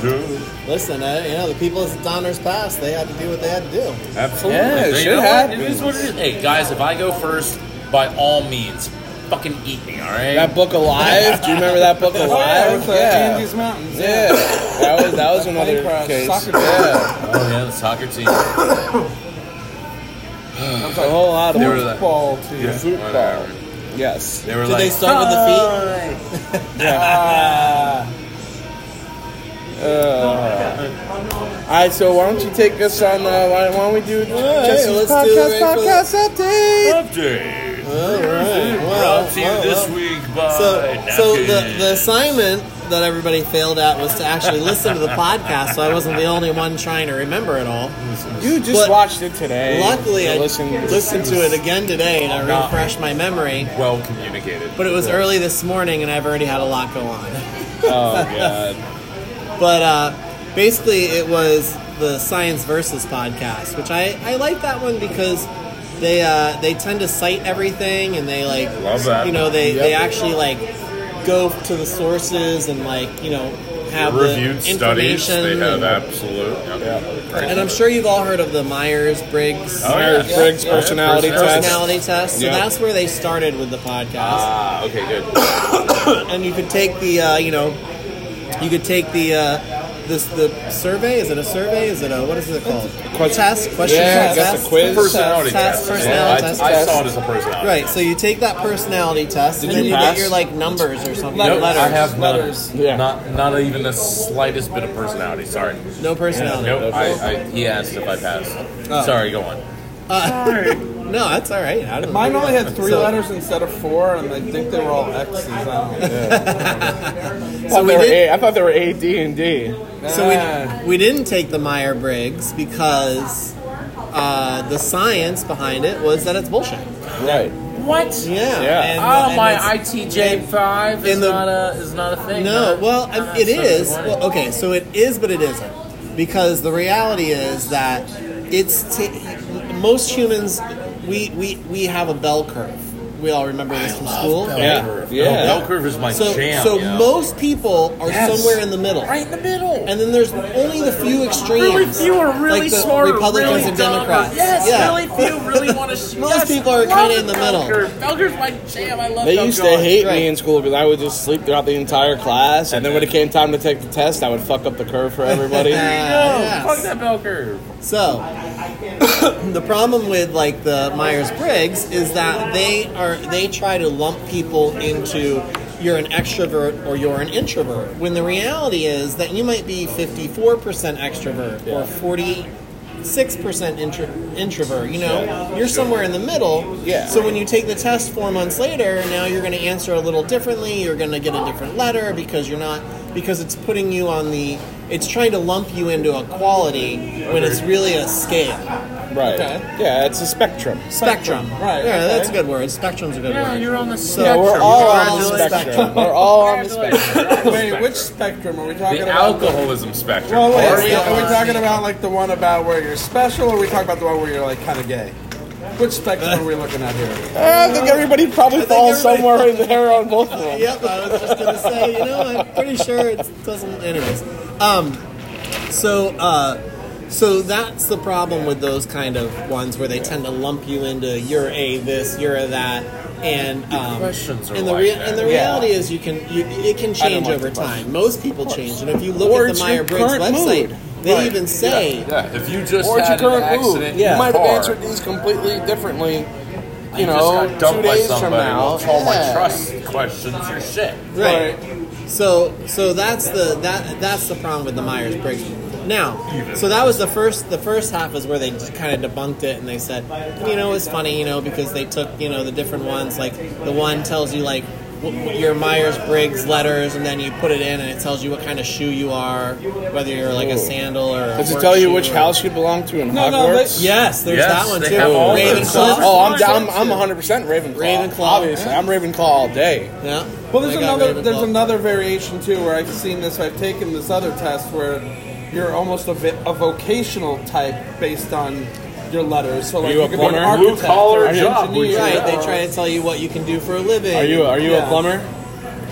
Speaker 2: Georgia.
Speaker 1: Listen, uh, you know the people at Donner's Pass, they had to do what they had to do.
Speaker 2: Absolutely.
Speaker 3: Yeah,
Speaker 2: You
Speaker 3: shit
Speaker 2: know what?
Speaker 3: happens.
Speaker 2: It is what it is. Hey, guys, if I go first, by all means, fucking eat me, all right?
Speaker 3: That book, Alive. Do you remember that book, Alive?
Speaker 4: Oh, yeah, with the
Speaker 3: yeah.
Speaker 4: Andes Mountains.
Speaker 3: Yeah. that was that was another
Speaker 4: Plane crash,
Speaker 3: case.
Speaker 4: soccer
Speaker 3: Yeah,
Speaker 2: oh, yeah, the soccer team.
Speaker 3: a whole lot of
Speaker 2: They were the,
Speaker 4: Football team.
Speaker 2: yeah,
Speaker 3: football. Yes.
Speaker 2: They were
Speaker 1: Did
Speaker 2: like, "Ah,
Speaker 1: they start with the
Speaker 3: All right, so why don't you take us on? Uh, why, why don't we do
Speaker 1: right, let's
Speaker 3: Jesse's
Speaker 1: do
Speaker 3: podcast
Speaker 1: the-
Speaker 3: podcast update?
Speaker 2: update.
Speaker 1: feet? All right. Well,
Speaker 2: Brought to you
Speaker 1: well,
Speaker 2: this
Speaker 1: well.
Speaker 2: week by
Speaker 1: So, so the,
Speaker 2: napkins.
Speaker 1: the assignment that everybody failed at was to actually listen to the podcast, so I wasn't the only one trying to remember it all.
Speaker 3: You just
Speaker 1: But
Speaker 3: watched it today.
Speaker 1: Luckily,
Speaker 3: So
Speaker 1: I
Speaker 3: listen-
Speaker 1: listened to it again today and I
Speaker 2: Nah.
Speaker 1: refreshed my memory.
Speaker 2: well communicated.
Speaker 1: But it was
Speaker 2: Yeah.
Speaker 1: early this morning, and I've already had a lot go on.
Speaker 3: Oh god.
Speaker 1: But uh, basically, it was the Science Versus podcast, which I, I like that one because they uh, they tend to cite everything and they like
Speaker 2: Love that.
Speaker 1: you know they, they
Speaker 3: Yep.
Speaker 1: actually like go to the sources and like you know have
Speaker 2: reviewed
Speaker 1: the
Speaker 2: studies.
Speaker 1: information
Speaker 2: They have
Speaker 1: and,
Speaker 2: absolute. Yeah. Great.
Speaker 1: and I'm sure you've all heard of the Myers Briggs
Speaker 2: Oh, yeah.
Speaker 3: Myers-Briggs
Speaker 2: Yeah.
Speaker 3: personality test.
Speaker 1: personality test. So
Speaker 3: Yeah.
Speaker 1: that's where they started with the podcast.
Speaker 2: Ah, okay, good.
Speaker 1: and you could take the uh, you know you could take the uh, this the survey is it a survey is it a what is it called
Speaker 3: Quest-
Speaker 1: test question
Speaker 3: Yeah, I guess
Speaker 1: test
Speaker 3: a quiz.
Speaker 2: Personality
Speaker 1: test,
Speaker 2: test.
Speaker 1: personality
Speaker 2: Yeah,
Speaker 1: test.
Speaker 2: I, I saw it as a personality.
Speaker 1: right so you take that personality test and
Speaker 3: you
Speaker 1: then you
Speaker 3: pass?
Speaker 1: get your like numbers or something
Speaker 2: Nope,
Speaker 1: letters
Speaker 2: I have none.
Speaker 4: Letters.
Speaker 3: Yeah.
Speaker 2: Not not even the slightest bit of personality. Sorry.
Speaker 1: no personality
Speaker 2: Nope. I, I, he asked if I passed.
Speaker 1: Oh.
Speaker 2: Sorry, go on.
Speaker 1: Uh, no that's all right I don't
Speaker 4: Mine
Speaker 1: know.
Speaker 4: only had three
Speaker 1: So-
Speaker 4: letters instead of four, and I think they were all X's. I don't know.
Speaker 3: I thought
Speaker 1: we
Speaker 3: they were
Speaker 1: did-
Speaker 3: A. I thought they were A, D, and D.
Speaker 1: So
Speaker 4: Ah.
Speaker 1: we, we didn't take the Meyer Briggs because uh, the science behind it was that it's bullshit.
Speaker 3: Right.
Speaker 2: What?
Speaker 1: Yeah.
Speaker 3: Yeah.
Speaker 1: and- uh,
Speaker 2: oh,
Speaker 1: and
Speaker 2: my
Speaker 1: it's-
Speaker 2: ITJ five is
Speaker 1: in the-
Speaker 2: not a is not a thing.
Speaker 1: No, well,
Speaker 2: I'm
Speaker 1: um,
Speaker 2: not
Speaker 1: it
Speaker 2: sure
Speaker 1: is.
Speaker 2: what it
Speaker 1: Well, okay, so it is, but it isn't, because the reality is that it's t- most humans. We, we we have a bell curve. We all remember this from school.
Speaker 3: Yeah.
Speaker 2: Oh,
Speaker 3: Yeah.
Speaker 2: bell curve is my
Speaker 1: So
Speaker 2: jam.
Speaker 1: so
Speaker 2: yo.
Speaker 1: most people are somewhere in the middle.
Speaker 2: right in the middle.
Speaker 1: And then there's only the few extremes.
Speaker 2: really few are really
Speaker 1: like the
Speaker 2: smart, or
Speaker 1: Republicans
Speaker 2: really
Speaker 1: and
Speaker 2: dumb, or-
Speaker 1: Democrats.
Speaker 2: Yes,
Speaker 1: yeah.
Speaker 2: really few really want to.
Speaker 1: Most people are kinda in the middle.
Speaker 2: Bell curve's my jam. I love.
Speaker 3: They
Speaker 2: bell
Speaker 3: used to
Speaker 2: curve.
Speaker 3: hate
Speaker 1: Right.
Speaker 3: me in school because I would just sleep throughout the entire class, and then when it came time to take the test, I would fuck up the curve for everybody.
Speaker 1: Uh, Yeah.
Speaker 2: No,
Speaker 1: Yes.
Speaker 2: Oh, fuck that bell curve.
Speaker 1: So, the problem with like the Myers Briggs is that they are they try to lump people into you're an extrovert or you're an introvert when the reality is that you might be 54% extrovert or 46% intro- introvert you know you're somewhere in the middle
Speaker 3: Yeah.
Speaker 1: so when you take the test 4 months later now you're going to answer a little differently you're going to get a different letter because you're not because it's putting you on the it's trying to lump you into a quality when it's really a scale
Speaker 3: Right.
Speaker 1: Okay.
Speaker 3: Yeah, it's a spectrum.
Speaker 1: Spectrum.
Speaker 4: Right,
Speaker 1: Yeah,
Speaker 4: okay.
Speaker 1: that's a good word. Spectrum's a good word.
Speaker 2: on the
Speaker 1: Yeah,
Speaker 3: Yeah,
Speaker 1: we're
Speaker 3: we're
Speaker 1: spectrum.
Speaker 3: all
Speaker 1: all
Speaker 3: on
Speaker 1: on
Speaker 3: the
Speaker 1: the
Speaker 3: spectrum.
Speaker 1: spectrum.
Speaker 3: We're all on the spectrum.
Speaker 4: Wait, which spectrum are we talking
Speaker 2: The
Speaker 4: about?
Speaker 2: alcoholism spectrum.
Speaker 4: Well, wait,
Speaker 2: Are we-
Speaker 4: are we talking about like the one about where you're special, or are we talking about the one where you're like kind of gay? Which spectrum are we looking at here?
Speaker 3: I think everybody probably
Speaker 1: think
Speaker 3: falls
Speaker 1: everybody-
Speaker 3: somewhere in there on both of them.
Speaker 1: Yep, I was just gonna say. You know, I'm pretty sure it doesn't. Anyways, um, so uh, so that's the problem with those kind of ones where they tend to lump you into you're a this, you're a that, and um,
Speaker 2: questions are
Speaker 1: and the
Speaker 2: like
Speaker 1: rea-
Speaker 2: that.
Speaker 1: and the
Speaker 3: Yeah.
Speaker 1: reality is you can you, it can change
Speaker 3: like
Speaker 1: over
Speaker 3: the
Speaker 1: time. Most people change, and if you look
Speaker 3: Or
Speaker 1: at
Speaker 3: it's
Speaker 1: the
Speaker 3: your
Speaker 1: Meyer Briggs
Speaker 3: current
Speaker 1: website,
Speaker 3: mood.
Speaker 1: they
Speaker 3: Right.
Speaker 1: even say
Speaker 2: Yeah, if you just
Speaker 3: Or it's your
Speaker 2: had an
Speaker 3: current mood.
Speaker 2: accident, in
Speaker 3: You
Speaker 2: your
Speaker 3: might have
Speaker 2: car,
Speaker 3: answered these completely differently. you
Speaker 2: just
Speaker 3: know,
Speaker 2: got
Speaker 3: two
Speaker 2: dumped by
Speaker 3: days
Speaker 2: somebody.
Speaker 3: from now.
Speaker 2: Well, All my
Speaker 3: Yeah.
Speaker 2: trust questions your shit.
Speaker 1: Right.
Speaker 3: Right.
Speaker 1: So so that's the that that's the problem with the Myers Briggs. Now, so that was the first the first half is where they kind of debunked it and they said, you know, it's funny, you know, because they took you know the different ones. Like the one tells you like wh- wh- your Myers Briggs letters, and then you put it in, and it tells you what kind of shoe you are, whether you're like a sandal or. a
Speaker 3: Does it
Speaker 1: work
Speaker 3: tell you
Speaker 1: shoe
Speaker 3: which
Speaker 1: or-
Speaker 3: house you belong to in
Speaker 4: No, no,
Speaker 3: Hogwarts?
Speaker 4: they-
Speaker 1: Yes, there's
Speaker 2: Yes,
Speaker 1: that one
Speaker 2: they
Speaker 1: too.
Speaker 2: have all
Speaker 1: Ravenclaw.
Speaker 2: those. So-
Speaker 3: Oh, I'm down, I'm 100 percent Ravenclaw.
Speaker 1: Ravenclaw,
Speaker 3: obviously. I'm Ravenclaw all day.
Speaker 1: Yeah.
Speaker 4: Well, there's
Speaker 1: They got
Speaker 4: another there's
Speaker 1: Ravenclaw.
Speaker 4: another variation too where I've seen this. I've taken this other test where you're almost a, vi- a vocational type based on your letters. So like
Speaker 3: you a
Speaker 4: could be an
Speaker 3: plumber?
Speaker 4: architect
Speaker 2: Blue-collar
Speaker 4: or an
Speaker 2: job, would
Speaker 4: engineer.
Speaker 2: you-
Speaker 1: Right, they try to tell you what you can do for a living.
Speaker 3: Are you are you
Speaker 4: Yeah.
Speaker 3: a plumber?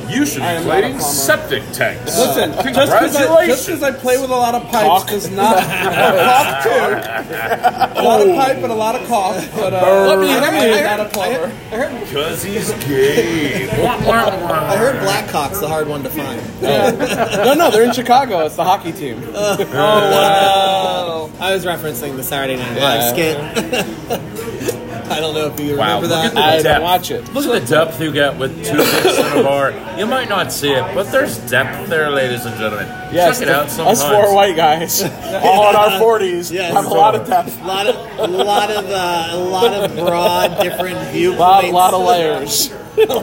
Speaker 2: You should
Speaker 4: I
Speaker 2: be
Speaker 4: am not a
Speaker 2: plating
Speaker 4: plumber.
Speaker 2: septic tanks.
Speaker 4: Listen, just because I, just 'cause I play with a lot of pipes
Speaker 3: Caulk.
Speaker 4: does not caulk too. A lot
Speaker 3: Oh.
Speaker 4: of pipe and a lot of caulk, but uh,
Speaker 1: Let me- let me-
Speaker 4: I'm
Speaker 1: I
Speaker 4: not a
Speaker 1: heard- I
Speaker 4: plumber.
Speaker 1: heard- I heard
Speaker 2: Because he's gay.
Speaker 1: I heard Blackhawk's the hard one to find.
Speaker 3: No, no, they're in Chicago. It's the hockey team.
Speaker 1: Oh, I was referencing the Saturday Night Live skit. I don't know if you
Speaker 2: Wow,
Speaker 1: remember
Speaker 2: look
Speaker 1: that.
Speaker 2: at the
Speaker 3: I
Speaker 2: depth.
Speaker 3: don't watch it.
Speaker 2: Look at the depth you get with two dicks in a bar. You might not see it, but there's depth there, ladies and gentlemen.
Speaker 3: Yes,
Speaker 2: Check it out sometimes.
Speaker 3: us four white guys, all in our 40s,
Speaker 1: Yes.
Speaker 3: have a lot of depth,
Speaker 1: A lot of, a lot of, uh, a lot of broad, different viewpoints.
Speaker 3: a lot, lot of layers.
Speaker 1: like an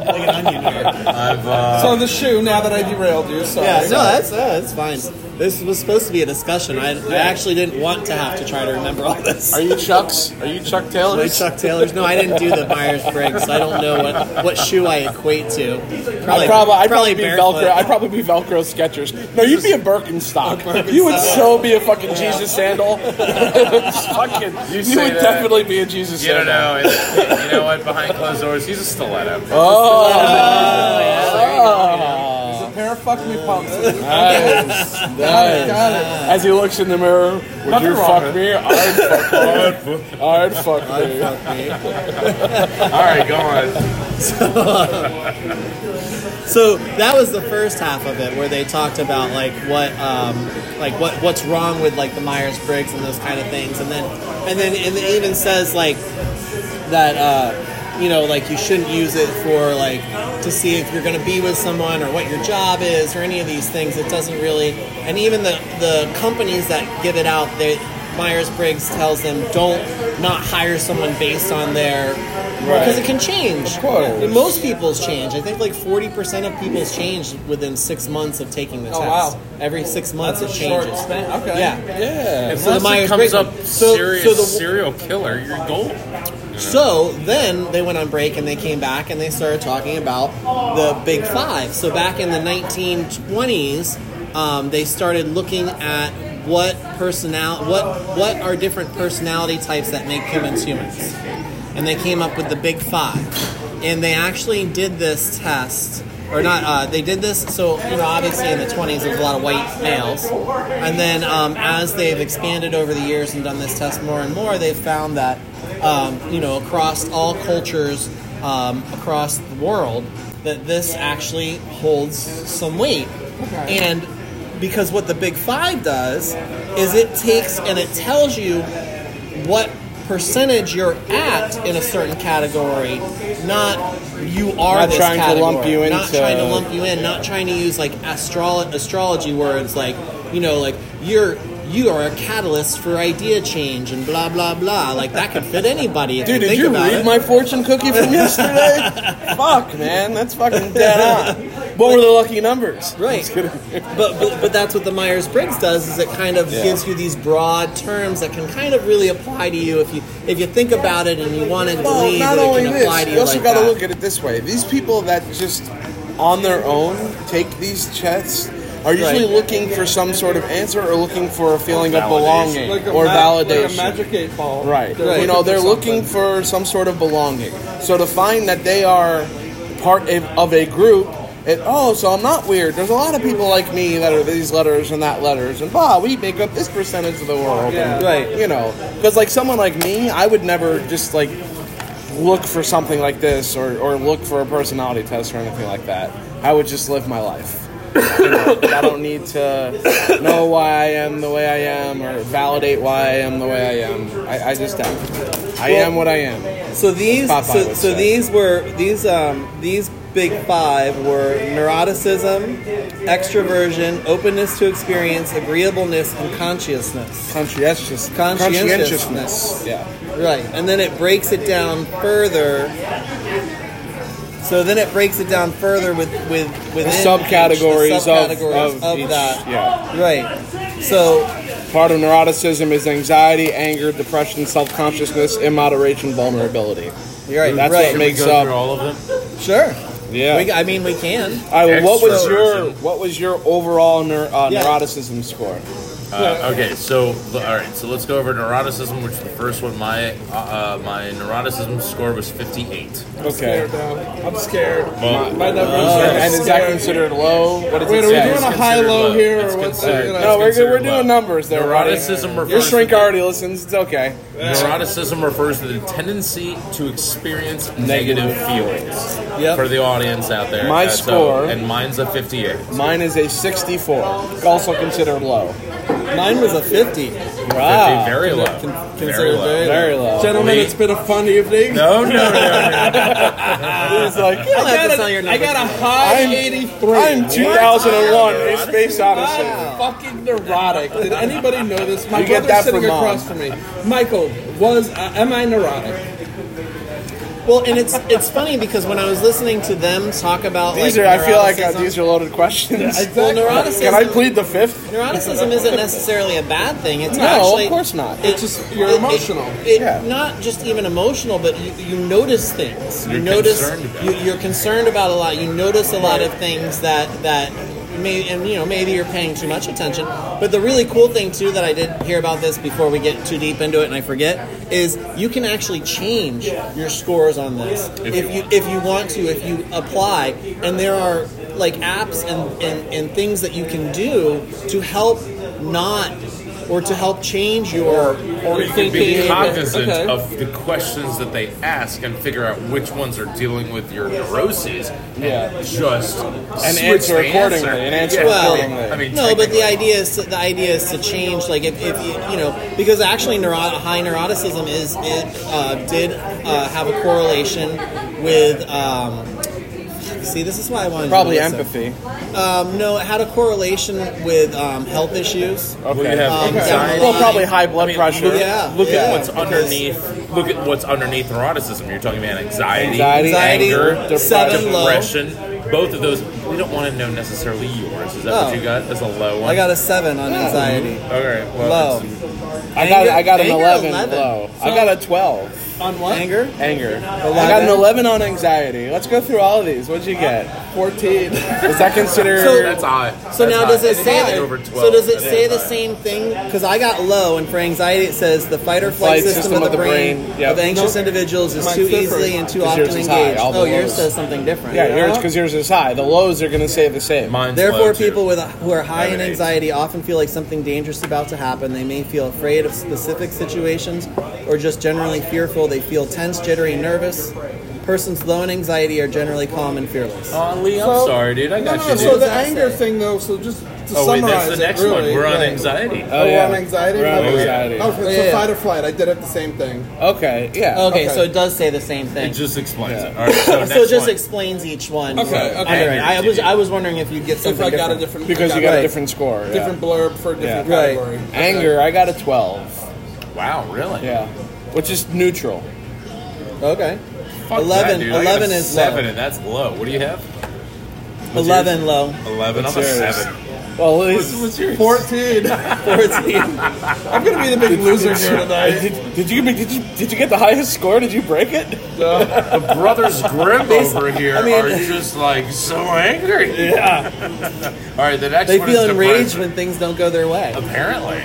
Speaker 1: onion here.
Speaker 2: I've, uh,
Speaker 4: So the shoe. Now that I derailed you, sorry.
Speaker 1: Yeah, no, that's uh, that's fine. This was supposed to be a discussion. I, I actually didn't want to have to try to remember all this.
Speaker 3: Are you Chuck's? Are you Chuck Taylor?
Speaker 1: Like Chuck Taylor's? No, I didn't do the Myers Briggs. I don't know what, what shoe I equate to.
Speaker 3: I'd probably, I'd probably, be
Speaker 1: barefoot.
Speaker 3: Velcro. I'd probably be Velcro Skechers. No, you'd be a Birkenstock. You would so be a fucking Jesus sandal. fucking, you,
Speaker 2: say
Speaker 3: would
Speaker 2: that.
Speaker 3: definitely be a Jesus
Speaker 2: you don't know.
Speaker 3: sandal.
Speaker 2: It, you know what? Behind closed doors, he's a stiletto.
Speaker 3: Oh.
Speaker 4: It's a pair of fuck me pumps.
Speaker 3: Nice, nice. As he looks in the mirror, would you
Speaker 4: wrong
Speaker 3: fuck
Speaker 4: with
Speaker 3: me? I'd fuck,
Speaker 2: All
Speaker 3: I'd fuck me.
Speaker 2: right, go on.
Speaker 1: So that was the first half of it, where they talked about like what, um, like what what's wrong with like the Myers Briggs and those kind of things, and then and then and it even says like that uh, you know like you shouldn't use it for like to see if you're going to be with someone or what your job is or any of these things. It doesn't really, and even the the companies that give it out, they Myers Briggs tells them don't not hire someone based on their because it can change.
Speaker 3: course.
Speaker 1: Most people's change. I think like forty percent of people's change within six months of taking the
Speaker 4: Oh,
Speaker 1: test.
Speaker 4: wow.
Speaker 1: Every six months
Speaker 4: That's
Speaker 1: it
Speaker 4: a short
Speaker 1: changes.
Speaker 4: span. Okay.
Speaker 1: Yeah.
Speaker 3: Yeah.
Speaker 1: So the
Speaker 2: Unless it
Speaker 1: Myers
Speaker 2: comes
Speaker 1: Briggs-
Speaker 2: up
Speaker 1: so-
Speaker 2: serious
Speaker 1: so the-
Speaker 2: serial killer, you're golden.
Speaker 1: So then they went on break and they came back and they started talking about the Big Five. So back in the 1920s, um, they started looking at what personal what what are different personality types that make humans humans, and they came up with the Big Five, and they actually did this test. Or not? Uh, they did this. So you know, obviously in the 20s, there's a lot of white males, and then um, as they've expanded over the years and done this test more and more, they've found that um, you know, across all cultures um, across the world, that this actually holds some weight. And because what the Big Five does is it takes and it tells you what percentage you're at in a certain category, not you are
Speaker 3: Not
Speaker 1: this
Speaker 3: trying to lump
Speaker 1: category,
Speaker 3: you
Speaker 1: not
Speaker 3: into-
Speaker 1: trying to lump you in, not trying to use like astro- astrology words like you know like you're you are a catalyst for idea change and blah blah blah. Like that could fit anybody. If
Speaker 3: Dude,
Speaker 1: you
Speaker 3: did
Speaker 1: think
Speaker 3: you
Speaker 1: about
Speaker 3: read
Speaker 1: it.
Speaker 3: my fortune cookie from yesterday? Fuck, man, that's fucking dead on. What were the lucky numbers?
Speaker 1: Right, but, but but that's what the Myers Briggs does. Is it kind of gives you these broad terms that can kind of really apply to you if you if you think about it and you want to
Speaker 3: Well,
Speaker 1: believe
Speaker 3: not
Speaker 1: that
Speaker 3: only
Speaker 1: it can
Speaker 3: this,
Speaker 1: apply to you
Speaker 3: you also
Speaker 1: like
Speaker 3: got to
Speaker 1: that.
Speaker 3: look at it this way: these people that just on their own take these tests are usually
Speaker 1: Right.
Speaker 3: looking for some sort of answer or looking for a feeling of belonging
Speaker 4: Like a
Speaker 3: or
Speaker 4: ma- like
Speaker 3: validation.
Speaker 4: a magic eight ball.
Speaker 3: Right.
Speaker 4: They're
Speaker 3: You know,
Speaker 4: looking
Speaker 3: they're
Speaker 4: for
Speaker 3: looking
Speaker 4: something.
Speaker 3: for some sort of belonging. So to find that they are part of, of a group, it, oh, so I'm not weird. There's a lot of people like me that are these letters and that letters, and blah, we make up this percentage of the world.
Speaker 4: Yeah.
Speaker 3: And,
Speaker 1: Right.
Speaker 3: You know, because like someone like me, I would never just like look for something like this or, or look for a personality test or anything like that. I would just live my life. You know, I don't need to know why I am the way I am or validate why I am the way I am. I, I just am. I am what I am.
Speaker 1: So these,
Speaker 3: Popeye
Speaker 1: so,
Speaker 3: would
Speaker 1: so
Speaker 3: say.
Speaker 1: these were these um, these big five were neuroticism, extroversion, openness to experience, agreeableness, and consciousness.
Speaker 3: Conscientious.
Speaker 1: Conscientiousness.
Speaker 3: Yeah.
Speaker 1: Right, and then it breaks it down further. So then it breaks it down further with with within each- the
Speaker 3: Subcategories, of-
Speaker 1: subcategories
Speaker 3: of,
Speaker 1: of,
Speaker 3: each-
Speaker 1: that.
Speaker 3: Yeah.
Speaker 1: Right. So
Speaker 3: Part of neuroticism is anxiety, anger, depression, self-consciousness, immoderation, vulnerability.
Speaker 1: you're right.
Speaker 3: That's
Speaker 1: right.
Speaker 3: what
Speaker 2: we
Speaker 3: makes
Speaker 2: go
Speaker 3: up.
Speaker 2: through all of them.
Speaker 1: sure.
Speaker 3: Yeah.
Speaker 1: We, I mean, we can.
Speaker 3: All right, well, what was your
Speaker 2: Extroversion.
Speaker 3: what was your overall neur- uh,
Speaker 1: Yeah.
Speaker 3: neuroticism score?
Speaker 2: Uh, okay, so all right, so let's go over neuroticism, which is the first one. My uh, uh, my neuroticism score was 58.
Speaker 3: Okay. Uh,
Speaker 4: Scared now. I'm scared.
Speaker 2: Well,
Speaker 4: My numbers are
Speaker 3: and is that
Speaker 4: scared.
Speaker 3: considered low? What does it
Speaker 4: Wait, are we
Speaker 3: say?
Speaker 4: doing a high
Speaker 2: considered
Speaker 4: low
Speaker 3: Uh,
Speaker 2: low.
Speaker 4: here
Speaker 2: It's
Speaker 4: or what's
Speaker 2: considered-
Speaker 4: that?
Speaker 3: No, we're good. We're
Speaker 2: considered low.
Speaker 3: doing numbers there, Roddy.
Speaker 2: Neuroticism
Speaker 3: Your
Speaker 2: refers
Speaker 3: shrink
Speaker 2: to-
Speaker 3: already listens. It's okay.
Speaker 2: Neuroticism refers to the tendency to experience negative feelings.
Speaker 3: Yep.
Speaker 2: For the audience out there.
Speaker 3: My
Speaker 2: so-
Speaker 3: score-
Speaker 2: and mine's a 58.
Speaker 3: Mine is a 64. Also considered low.
Speaker 1: Mine was a fifty.
Speaker 3: Wow.
Speaker 2: 50, very low. very
Speaker 1: considered
Speaker 2: low.
Speaker 1: very
Speaker 3: Very low.
Speaker 4: Gentlemen,
Speaker 2: Wait.
Speaker 4: it's been a fun evening.
Speaker 2: No, no, no, no.
Speaker 3: He's like,
Speaker 1: I don't have to sell your
Speaker 4: I
Speaker 1: number.
Speaker 4: got a high
Speaker 3: I'm-
Speaker 4: 83.
Speaker 3: I'm 2001, a Space Odyssey.
Speaker 4: I'm fucking neurotic. Did anybody know this? My
Speaker 3: You get
Speaker 4: brother's
Speaker 3: that
Speaker 4: sitting
Speaker 3: from Mom.
Speaker 4: across from me. Michael, was uh, am I neurotic?
Speaker 1: Well, and it's it's funny because when I was listening to them talk about
Speaker 3: These
Speaker 1: like,
Speaker 3: are, I feel like uh,
Speaker 1: neuroticism-
Speaker 3: these are loaded questions.
Speaker 1: Well, neuroticism-
Speaker 3: Can I plead the fifth?
Speaker 1: Neuroticism isn't necessarily a bad thing. It's
Speaker 3: No, of
Speaker 1: actually,
Speaker 3: course not.
Speaker 1: it-
Speaker 4: It's just- you're emotional.
Speaker 1: It, it-
Speaker 3: Yeah.
Speaker 1: Not just even emotional, but you, you notice things. you
Speaker 2: You're
Speaker 1: notice
Speaker 2: concerned about
Speaker 1: you,
Speaker 2: it.
Speaker 1: you're concerned about a lot. You notice a lot of things that that may and you know maybe you're paying too much attention. But the really cool thing too that I did hear about this before we get too deep into it and I forget is you can actually change your scores on this
Speaker 2: If you
Speaker 1: if you if you want to, if you apply, and there are like apps and, and, and things that you can do to help not or to help change your or
Speaker 2: Or you can be
Speaker 1: thinking.
Speaker 2: cognizant
Speaker 4: okay.
Speaker 2: of the questions that they ask and figure out which ones are dealing with your neuroses and
Speaker 3: Yeah.
Speaker 2: just
Speaker 3: And
Speaker 2: switch
Speaker 3: answer
Speaker 2: the
Speaker 3: accordingly, and answer
Speaker 1: accordingly.
Speaker 2: I mean,
Speaker 1: No, but the
Speaker 2: technically.
Speaker 1: idea is to, the idea is to change. Like if, if you you know because actually neuro- high neuroticism is it uh, did uh, have a correlation with. Um, see, this is why I wanted
Speaker 3: Probably
Speaker 1: you to listen.
Speaker 3: empathy.
Speaker 1: Um, no, it had a correlation with um, health issues.
Speaker 2: Well, you have
Speaker 1: Um,
Speaker 2: anxiety.
Speaker 3: Well, probably high blood
Speaker 2: I mean,
Speaker 3: pressure.
Speaker 2: Look,
Speaker 1: Yeah,
Speaker 2: look
Speaker 1: yeah,
Speaker 2: at what's
Speaker 1: because-
Speaker 2: underneath. Look at what's underneath neuroticism. You're talking about anxiety,
Speaker 3: Anxiety,
Speaker 2: anger,
Speaker 3: depression.
Speaker 1: seven low.
Speaker 2: depression. Both of those, we don't want to know necessarily yours. Is that
Speaker 1: Oh.
Speaker 2: what you got? As a low one.
Speaker 1: I got a seven on anxiety.
Speaker 2: Okay. Well,
Speaker 1: Low.
Speaker 2: it's-
Speaker 3: I got I got an
Speaker 1: Anger,
Speaker 3: 11,
Speaker 1: 11.
Speaker 3: low. I got a 12.
Speaker 4: On what?
Speaker 1: Anger?
Speaker 3: Anger. I got an 11 on anxiety. Let's go through all of these. What'd you get?
Speaker 4: 14.
Speaker 3: Is that considered?
Speaker 1: So-
Speaker 2: that's high.
Speaker 1: So
Speaker 2: That's
Speaker 1: now
Speaker 2: high.
Speaker 1: does it
Speaker 2: Anything
Speaker 1: say that,
Speaker 2: over 12?
Speaker 1: So does it say
Speaker 2: is
Speaker 1: the
Speaker 2: high.
Speaker 1: same thing? Because I got low, and for anxiety it says the fight or flight, system, of the brain,
Speaker 3: Yep.
Speaker 1: of anxious individuals is
Speaker 4: Mine's
Speaker 1: too
Speaker 4: different.
Speaker 1: easily and too
Speaker 3: 'Cause
Speaker 1: often
Speaker 3: yours is high,
Speaker 1: engaged.
Speaker 3: all the
Speaker 1: Oh, yours
Speaker 3: lows.
Speaker 1: says something different.
Speaker 3: yeah, yours because yours is high. The lows are gonna say the same.
Speaker 2: Mine's
Speaker 1: Therefore,
Speaker 2: low, too.
Speaker 1: people with who are high in
Speaker 2: Seven, eight.
Speaker 1: anxiety often feel like something dangerous is about to happen. They may feel afraid of specific situations or just generally fearful. They feel tense, jittery, nervous. Persons low in anxiety are generally calm and fearless.
Speaker 2: Oh, Lee, I'm
Speaker 4: So-
Speaker 2: sorry, dude. I got
Speaker 4: No,
Speaker 2: you.
Speaker 4: no,
Speaker 2: Dude.
Speaker 4: so the
Speaker 1: That's it.
Speaker 4: anger thing though, so just to
Speaker 2: oh wait,
Speaker 4: summarize
Speaker 2: that's the next
Speaker 4: it, really,
Speaker 2: one. We're on
Speaker 4: right.
Speaker 2: anxiety.
Speaker 3: yeah.
Speaker 4: Oh, we're on anxiety?
Speaker 3: We're on
Speaker 4: Okay.
Speaker 3: anxiety.
Speaker 4: Oh, it's
Speaker 1: Yeah,
Speaker 4: a
Speaker 1: yeah.
Speaker 4: fight or flight. I did have the same thing.
Speaker 3: Okay. Yeah.
Speaker 1: Okay,
Speaker 4: Okay.
Speaker 1: so it does say the same thing.
Speaker 2: It just explains it. All right. So, next
Speaker 1: so it just
Speaker 2: one.
Speaker 1: explains each one.
Speaker 4: Okay,
Speaker 1: Right.
Speaker 4: okay.
Speaker 1: All right. I was I was wondering if you'd get
Speaker 4: If
Speaker 1: something
Speaker 4: I got a
Speaker 1: different.
Speaker 4: different
Speaker 3: Because
Speaker 4: I
Speaker 3: you got
Speaker 1: Right.
Speaker 3: a different score. yeah.
Speaker 4: different blurb for a different
Speaker 1: Yeah. Right.
Speaker 4: category.
Speaker 3: Anger. I got a 12.
Speaker 2: Wow, really?
Speaker 3: Yeah. Which is neutral.
Speaker 1: Okay.
Speaker 2: Fuck
Speaker 1: 11
Speaker 2: that, dude. I got
Speaker 1: 11
Speaker 2: a
Speaker 1: is
Speaker 2: seven,
Speaker 1: low.
Speaker 2: and that's low. What do you have? What's
Speaker 1: Eleven
Speaker 2: yours?
Speaker 1: low.
Speaker 2: Eleven. I'm a
Speaker 3: What's yours?
Speaker 2: seven.
Speaker 3: Well, at
Speaker 2: What's,
Speaker 3: least-
Speaker 2: what's yours?
Speaker 4: 14.
Speaker 1: Fourteen.
Speaker 4: I'm going to be the big loser here tonight.
Speaker 3: Did, did you did you did you get the highest score? Did you break it?
Speaker 2: The brothers Grimm over here
Speaker 1: mean-
Speaker 2: are just like so angry. Yeah. All right. The next
Speaker 1: they
Speaker 2: one
Speaker 1: feel
Speaker 2: is
Speaker 1: enraged
Speaker 2: depression.
Speaker 1: when things don't go their way.
Speaker 2: Apparently,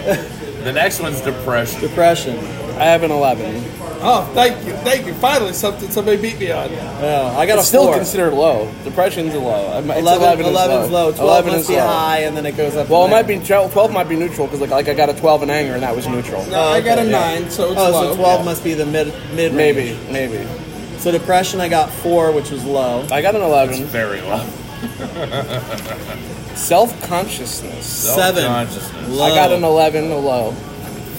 Speaker 2: the next one's depression.
Speaker 1: Depression.
Speaker 3: I have an 11.
Speaker 4: Oh, thank you. Thank you. Finally, something somebody beat me
Speaker 1: Uh,
Speaker 4: on.
Speaker 1: Yeah, I got
Speaker 3: It's
Speaker 1: a
Speaker 3: still
Speaker 1: four.
Speaker 3: considered low. Depression's a low. I'm- It's
Speaker 1: 11,
Speaker 3: 11,
Speaker 1: 11
Speaker 3: is
Speaker 1: is low. 12
Speaker 3: 11
Speaker 1: must
Speaker 3: is
Speaker 1: be
Speaker 3: low.
Speaker 1: high, and then it goes up.
Speaker 3: Well, it
Speaker 1: from
Speaker 3: might
Speaker 1: there.
Speaker 3: be 12 12 might be neutral because like like I got a 12 in anger and that was neutral.
Speaker 4: No, I got a 9, so it's
Speaker 1: Oh,
Speaker 4: low.
Speaker 1: so 12 must be the mid mid
Speaker 3: Maybe, maybe.
Speaker 1: So depression, I got four, which was low.
Speaker 3: I got an 11.
Speaker 2: Very low.
Speaker 1: Oh,
Speaker 3: Self consciousness.
Speaker 1: Seven.
Speaker 2: Self-consciousness.
Speaker 1: Low.
Speaker 3: I got an 11 a low.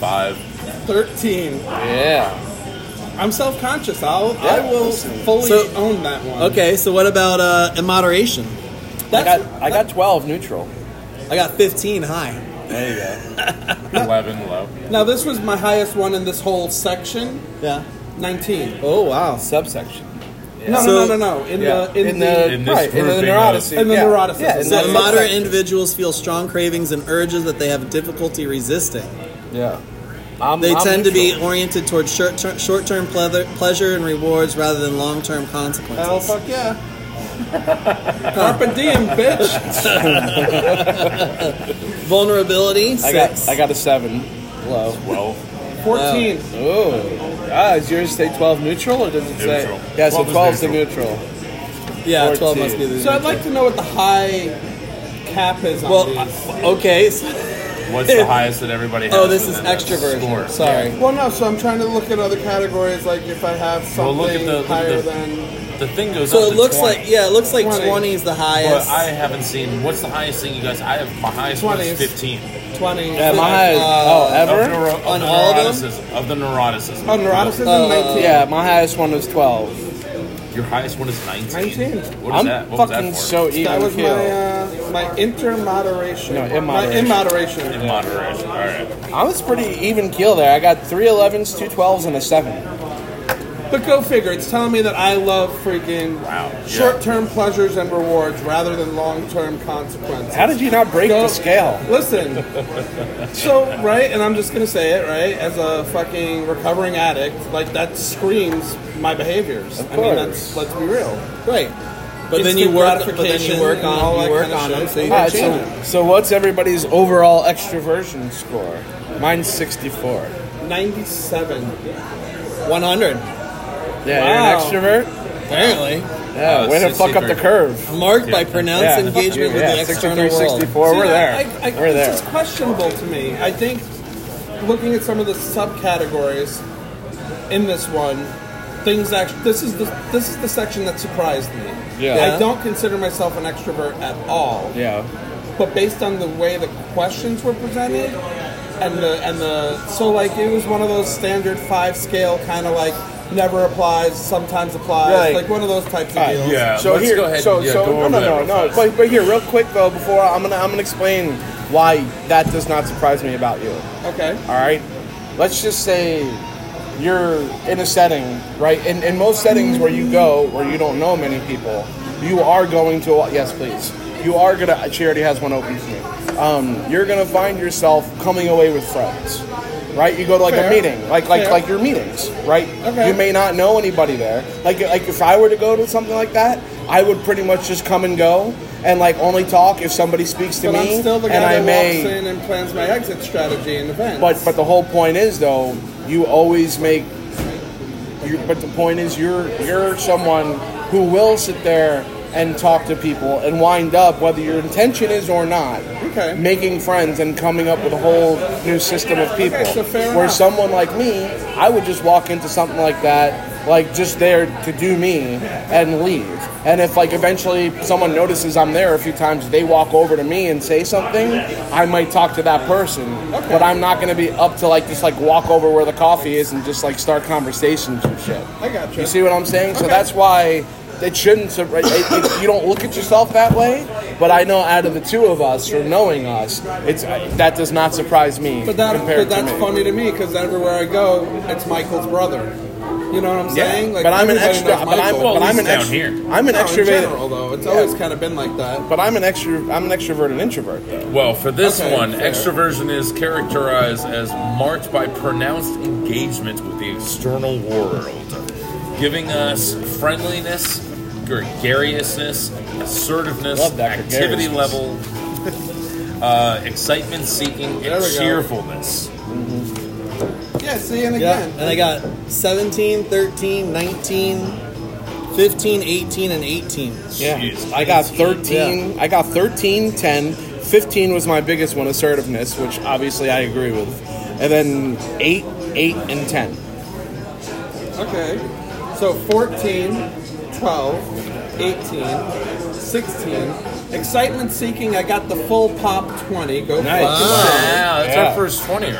Speaker 2: Five.
Speaker 4: 13.
Speaker 3: Yeah.
Speaker 4: I'm self-conscious. I'll I
Speaker 3: Yeah.
Speaker 4: will fully
Speaker 1: So-
Speaker 4: own that one.
Speaker 1: Okay, so what about uh, in moderation?
Speaker 3: I
Speaker 4: That's,
Speaker 3: got I got 12 neutral.
Speaker 1: I got 15 high.
Speaker 3: There you go.
Speaker 2: 11 low.
Speaker 4: now this was my highest one in this whole section.
Speaker 1: Yeah.
Speaker 4: 19.
Speaker 1: Oh wow.
Speaker 3: Subsection.
Speaker 4: No,
Speaker 1: So-
Speaker 4: no, no, no, no. In
Speaker 3: Yeah.
Speaker 4: the in, the,
Speaker 2: in this
Speaker 3: right, in the
Speaker 2: grouping
Speaker 3: neuroticism.
Speaker 4: of- In the
Speaker 3: yeah.
Speaker 4: neuroticism.
Speaker 3: Yeah, in
Speaker 1: So
Speaker 3: that
Speaker 1: the moderate
Speaker 3: subsection.
Speaker 1: individuals feel strong cravings and urges that they have difficulty resisting.
Speaker 3: Yeah. I'm,
Speaker 1: They
Speaker 3: I'm
Speaker 1: tend to be
Speaker 3: neutral.
Speaker 1: oriented towards short-ter- short-term pleather- pleasure and rewards rather than long-term consequences.
Speaker 4: Hell Oh, fuck yeah. Carpe diem, bitch.
Speaker 1: Vulnerability.
Speaker 3: I
Speaker 1: six.
Speaker 3: got I got a seven. Low.
Speaker 2: 12.
Speaker 4: 14.
Speaker 3: Oh. Ah, is yours say 12 neutral or does it say?
Speaker 2: Neutral.
Speaker 3: Yeah, so
Speaker 2: 12 is
Speaker 3: 12 is the
Speaker 2: neutral.
Speaker 3: neutral.
Speaker 1: yeah, twelve must be the.
Speaker 4: So I'd like to know what the high cap is on
Speaker 1: Oh. well,
Speaker 4: these.
Speaker 1: I- okay. s-
Speaker 2: What's the highest that everybody has?
Speaker 1: Oh, this is
Speaker 2: within that
Speaker 1: extra
Speaker 2: score?
Speaker 1: version. Sorry.
Speaker 4: well, no, so I'm trying to look at other categories, like if I have
Speaker 2: Well,
Speaker 4: something
Speaker 2: look at the- look at
Speaker 4: higher
Speaker 2: the-
Speaker 4: than...
Speaker 2: The thing goes
Speaker 1: So
Speaker 2: up
Speaker 1: it
Speaker 2: to
Speaker 1: looks
Speaker 2: 20,
Speaker 1: like yeah, it looks like
Speaker 4: 20.
Speaker 1: twenty is the
Speaker 2: But
Speaker 1: highest.
Speaker 2: I haven't seen. What's the highest thing you guys? I have my highest one is
Speaker 4: 20s.
Speaker 2: 15.
Speaker 4: 20.
Speaker 3: Yeah, mine.
Speaker 4: Uh,
Speaker 3: oh,
Speaker 2: Of,
Speaker 3: ever?
Speaker 2: neuro, of
Speaker 1: On
Speaker 2: the
Speaker 1: all of
Speaker 2: neuroticism. Of the neuroticism.
Speaker 4: Oh, neuroticism,
Speaker 1: Uh,
Speaker 4: 19.
Speaker 3: Yeah, my highest one was 12.
Speaker 2: Your highest one is 19.
Speaker 4: 19.
Speaker 2: What is
Speaker 3: I'm
Speaker 2: that? What
Speaker 3: fucking
Speaker 2: was that
Speaker 3: so even
Speaker 4: That was my,
Speaker 3: keel.
Speaker 4: uh, my intermoderation.
Speaker 3: No, in
Speaker 4: My
Speaker 3: moderation.
Speaker 4: in moderation.
Speaker 2: for? In moderation. All right.
Speaker 3: I was pretty even keel there. I got three 11s, two 12s, and a seven.
Speaker 4: But go figure. It's telling me that I love freaking
Speaker 2: Wow, yeah.
Speaker 4: short-term pleasures and rewards rather than long-term consequences.
Speaker 3: How did you not break
Speaker 4: Go-
Speaker 3: the scale?
Speaker 4: Listen. so right, and I'm just gonna say it right. As a fucking recovering addict, like that screams my behaviors. I mean,
Speaker 3: course.
Speaker 4: that's let's be real.
Speaker 1: right. But then
Speaker 4: Instant
Speaker 1: you work. But then you
Speaker 4: gratification
Speaker 1: work
Speaker 4: and all
Speaker 1: on
Speaker 4: that
Speaker 1: you work
Speaker 4: kinda
Speaker 1: on
Speaker 4: shit.
Speaker 1: them. So you
Speaker 3: Alright,
Speaker 1: can change them.
Speaker 3: so, so what's everybody's overall extroversion score? Mine's 64.
Speaker 4: Ninety-seven.
Speaker 1: One hundred.
Speaker 3: Yeah,
Speaker 4: Wow.
Speaker 3: you're an extrovert?
Speaker 1: Apparently,
Speaker 3: Yeah,
Speaker 2: Uh,
Speaker 3: way to fuck up the
Speaker 2: 63.
Speaker 3: curve.
Speaker 1: marked by
Speaker 2: Yeah.
Speaker 1: pronounced
Speaker 3: Yeah.
Speaker 1: engagement with
Speaker 3: yeah,
Speaker 1: the external
Speaker 3: 63,
Speaker 1: world.
Speaker 3: 64, we're
Speaker 4: See,
Speaker 3: there.
Speaker 4: I, I,
Speaker 3: we're
Speaker 4: this
Speaker 3: there.
Speaker 4: is questionable to me. I think looking at some of the subcategories in this one, things actually. This is the this is the section that surprised me.
Speaker 3: Yeah.
Speaker 4: I don't consider myself an extrovert at all.
Speaker 3: Yeah.
Speaker 4: But based on the way the questions were presented, and the and the so like it was one of those standard five scale kind of like never applies, sometimes applies,
Speaker 3: Right. Uh,
Speaker 4: like one of those types of
Speaker 3: Alright,
Speaker 4: deals.
Speaker 2: Yeah,
Speaker 3: So
Speaker 2: let's
Speaker 3: here,
Speaker 2: go ahead
Speaker 3: so,
Speaker 2: and, yeah,
Speaker 3: so
Speaker 2: go over
Speaker 3: no,
Speaker 2: that
Speaker 3: no,
Speaker 2: real
Speaker 3: no, no.
Speaker 2: fast.
Speaker 3: But, but here, real quick though, before I'm gonna I'm gonna explain why that does not surprise me about you.
Speaker 4: Okay.
Speaker 3: All right, let's just say you're in a setting, right? In, in most settings where you go, where you don't know many people, you are going to. Yes, please. You are gonna. Charity has one open to you. Um, you're gonna find yourself coming away with friends, right? You go to like
Speaker 4: Fair.
Speaker 3: a meeting, like like
Speaker 4: Fair.
Speaker 3: like your meetings, right?
Speaker 4: Okay.
Speaker 3: You may not know anybody there. Like like if I were to go to something like that, I would pretty much just come and go. And like only talk if somebody speaks to
Speaker 4: But
Speaker 3: me,
Speaker 4: I'm still the guy
Speaker 3: and I
Speaker 4: that
Speaker 3: may
Speaker 4: walks in and plans my exit strategy in events.
Speaker 3: but but the whole point is though, you always make. You, but the point is, you're you're someone who will sit there and talk to people and wind up, whether your intention is or not,
Speaker 4: Okay.
Speaker 3: making friends and coming up with a whole new system of people.
Speaker 4: Okay, so fair
Speaker 3: Where
Speaker 4: enough.
Speaker 3: someone like me, I would just walk into something like that, like just there to do me and leave. And if like eventually someone notices I'm there a few times, they walk over to me and say something, I might talk to that person. But I'm not gonna be up to like just like walk over where the coffee is and just like start conversations and shit.
Speaker 4: I got you.
Speaker 3: You see what I'm saying? So
Speaker 4: Okay.
Speaker 3: that's why it shouldn't. sur- It, it, you don't look at yourself that way. But I know out of the two of us, or knowing us, it's uh, that does not surprise me.
Speaker 4: But that,
Speaker 3: compared
Speaker 4: but that's
Speaker 3: to me.
Speaker 4: funny to me because everywhere I go, it's Michael's brother. You know what I'm
Speaker 3: Yeah,
Speaker 4: saying?
Speaker 3: but I'm an
Speaker 4: everybody
Speaker 3: extra.
Speaker 4: knows
Speaker 3: But I'm,
Speaker 4: Michael.
Speaker 2: Well,
Speaker 3: but
Speaker 2: at
Speaker 3: I'm an
Speaker 2: least down
Speaker 3: extra.
Speaker 2: here.
Speaker 3: I'm an
Speaker 4: No, in
Speaker 3: extroverted.
Speaker 4: general, though, it's
Speaker 3: Yeah.
Speaker 4: always kind of been like that.
Speaker 3: But I'm an extra. I'm an extroverted introvert.
Speaker 2: Well, for this
Speaker 4: Okay,
Speaker 2: one,
Speaker 4: fair.
Speaker 2: extroversion is characterized as marked by pronounced engagement with the external world, giving us friendliness, gregariousness, assertiveness,
Speaker 3: Love that
Speaker 2: activity
Speaker 3: gregariousness.
Speaker 2: level, uh, excitement seeking,
Speaker 4: There
Speaker 2: and
Speaker 4: we go.
Speaker 2: cheerfulness.
Speaker 4: Yeah, see, and
Speaker 1: Yeah,
Speaker 4: again,
Speaker 1: and I got 17, 13, 19, 15, 18, and 18.
Speaker 2: Jeez.
Speaker 3: I got 13. I got 13, 10, 15 was my biggest one, assertiveness, which obviously I agree with, and then eight, eight, and ten.
Speaker 4: okay. So 14, 12, 18, 16. Excitement seeking, I got the full pop 20. Go
Speaker 5: Nice.
Speaker 4: fuck yourself.
Speaker 2: Wow, that's
Speaker 5: Yeah.
Speaker 2: our first 20, right?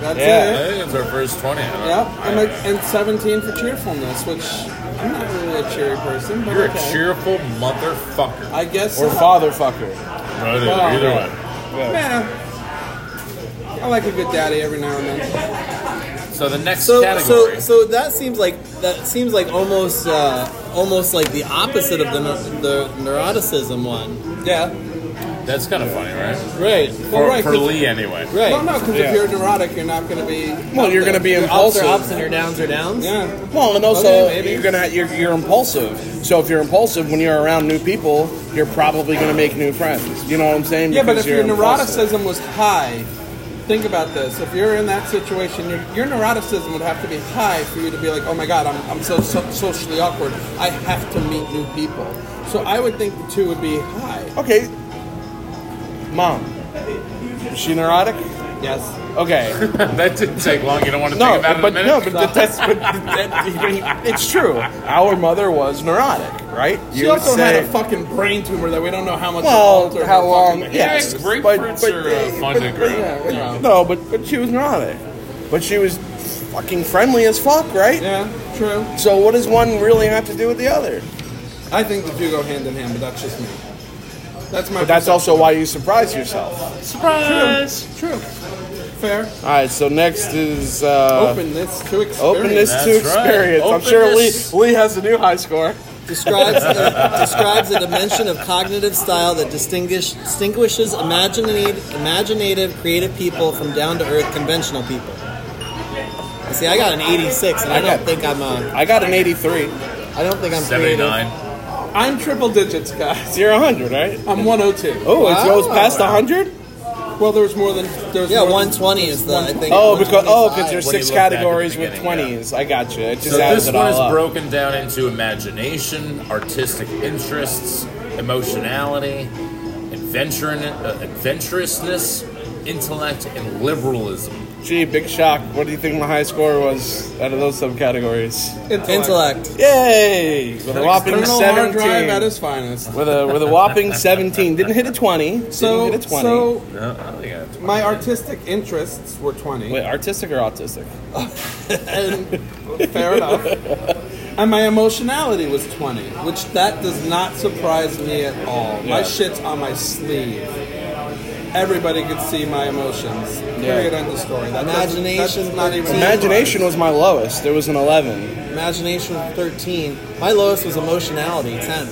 Speaker 4: That's
Speaker 5: Yeah.
Speaker 2: I
Speaker 4: it.
Speaker 2: think it's our first 20.
Speaker 4: Yep. I'm a, and 17 for cheerfulness, which I'm not really a cheery person, but
Speaker 2: You're
Speaker 4: okay.
Speaker 2: a cheerful motherfucker.
Speaker 4: I guess.
Speaker 3: Or
Speaker 4: so.
Speaker 3: fatherfucker.
Speaker 2: Brother,
Speaker 4: Well,
Speaker 2: either
Speaker 4: yeah.
Speaker 2: one.
Speaker 4: Yeah. eh, I like a good daddy every now and then.
Speaker 2: So the next
Speaker 1: So, so,
Speaker 2: category.
Speaker 1: so that seems like that seems like almost, uh, almost like the opposite of the neu- the neuroticism one,
Speaker 4: Yeah.
Speaker 2: that's kind of funny, right?
Speaker 1: right?
Speaker 2: For,
Speaker 4: right,
Speaker 2: for
Speaker 4: 'cause-
Speaker 2: Lee, anyway.
Speaker 1: Right.
Speaker 4: Well, no, because
Speaker 5: Yeah.
Speaker 4: if you're neurotic, you're not going to be.
Speaker 3: Well, you're gonna be
Speaker 1: Your ups
Speaker 3: impulsive.
Speaker 1: are ups and your downs are downs.
Speaker 4: Yeah.
Speaker 3: Well, and also
Speaker 4: Okay, maybe.
Speaker 3: you're gonna you're, you're impulsive. So if you're impulsive when you're around new people, you're probably gonna make new friends. You know what I'm saying?
Speaker 4: Yeah, but
Speaker 3: Because
Speaker 4: if your
Speaker 3: you're impulsive.
Speaker 4: neuroticism was high, think about this. If you're in that situation, your, your neuroticism would have to be high for you to be like, oh my God, I'm, I'm so, so socially awkward. I have to meet new people. So I would think the two would be high.
Speaker 3: Okay. Mom. Is she neurotic?
Speaker 4: Yes.
Speaker 3: Okay.
Speaker 2: that didn't take long. You don't want to
Speaker 3: No,
Speaker 2: think about it
Speaker 3: but
Speaker 2: in a
Speaker 3: no,
Speaker 2: minute?
Speaker 3: but that- that's but that, it's true. Our mother was neurotic, right?
Speaker 4: She also had a fucking brain tumor that we don't know how much. it
Speaker 3: well,
Speaker 4: altered
Speaker 3: how
Speaker 4: her
Speaker 3: long?
Speaker 4: fucking-
Speaker 3: Yes,
Speaker 2: Yeah, grapefruits are, uh, fun to grow.
Speaker 3: yeah,
Speaker 4: You know.
Speaker 3: No, but but she was neurotic, but she was fucking friendly as fuck, right?
Speaker 4: Yeah, true.
Speaker 3: So what does one really have to do with the other?
Speaker 4: I think the two go hand in hand, but that's just me. That's my.
Speaker 3: But that's also why you surprise yourself.
Speaker 2: Surprise!
Speaker 4: true. Fair.
Speaker 3: All right, so next is uh,
Speaker 4: Open this to experience.
Speaker 3: open this to
Speaker 2: That's right.
Speaker 3: experience. I'm
Speaker 2: Open
Speaker 3: sure Lee,
Speaker 2: this-
Speaker 3: Lee has a new high score.
Speaker 1: describes the, describes a dimension of cognitive style that distinguish, distinguishes imaginative, imaginative, creative people from down to earth, conventional people. See, I got an 86, and I,
Speaker 3: I
Speaker 1: don't
Speaker 3: got-
Speaker 1: think I'm. Uh,
Speaker 3: I got an 83.
Speaker 1: I don't think I'm creative.
Speaker 2: 79.
Speaker 4: I'm triple digits, guys.
Speaker 3: You're 100, right?
Speaker 4: I'm 102.
Speaker 3: Oh, it
Speaker 1: Wow.
Speaker 3: goes past 100.
Speaker 4: Well, there was more than there was
Speaker 1: Yeah,
Speaker 4: more than-
Speaker 1: 120 is the. I think.
Speaker 3: Oh, because oh,
Speaker 1: 125.
Speaker 3: because there's
Speaker 2: When you
Speaker 3: six
Speaker 2: look back at the
Speaker 3: categories with
Speaker 2: beginning, yeah.
Speaker 3: 20s. I got you. It just
Speaker 2: So
Speaker 3: adds
Speaker 2: this
Speaker 3: it
Speaker 2: one
Speaker 3: all
Speaker 2: is
Speaker 3: up.
Speaker 2: broken down into imagination, artistic interests, emotionality, adventure, uh, adventurousness, intellect, and liberalism.
Speaker 3: Gee, big shock. What do you think my high score was out of those subcategories?
Speaker 1: intellect.
Speaker 3: Yay! With a whopping
Speaker 4: External hard drive at
Speaker 3: 17.
Speaker 4: its finest.
Speaker 3: With a with a whopping 17. Didn't hit a 20.
Speaker 4: So,
Speaker 3: Didn't hit a 20.
Speaker 4: so
Speaker 2: No, I don't think I have
Speaker 4: my artistic interests were 20.
Speaker 3: Wait, artistic or autistic?
Speaker 4: Fair enough. And my emotionality was 20, which that does not surprise me at all. My
Speaker 3: Yeah.
Speaker 4: shit's on my sleeve. Everybody could see my emotions. Period. End of story. That doesn't-
Speaker 1: Imagination,
Speaker 4: That's not even.
Speaker 1: 13.
Speaker 3: Imagination was my lowest. It was an 11.
Speaker 1: Imagination 13. My lowest was emotionality 10.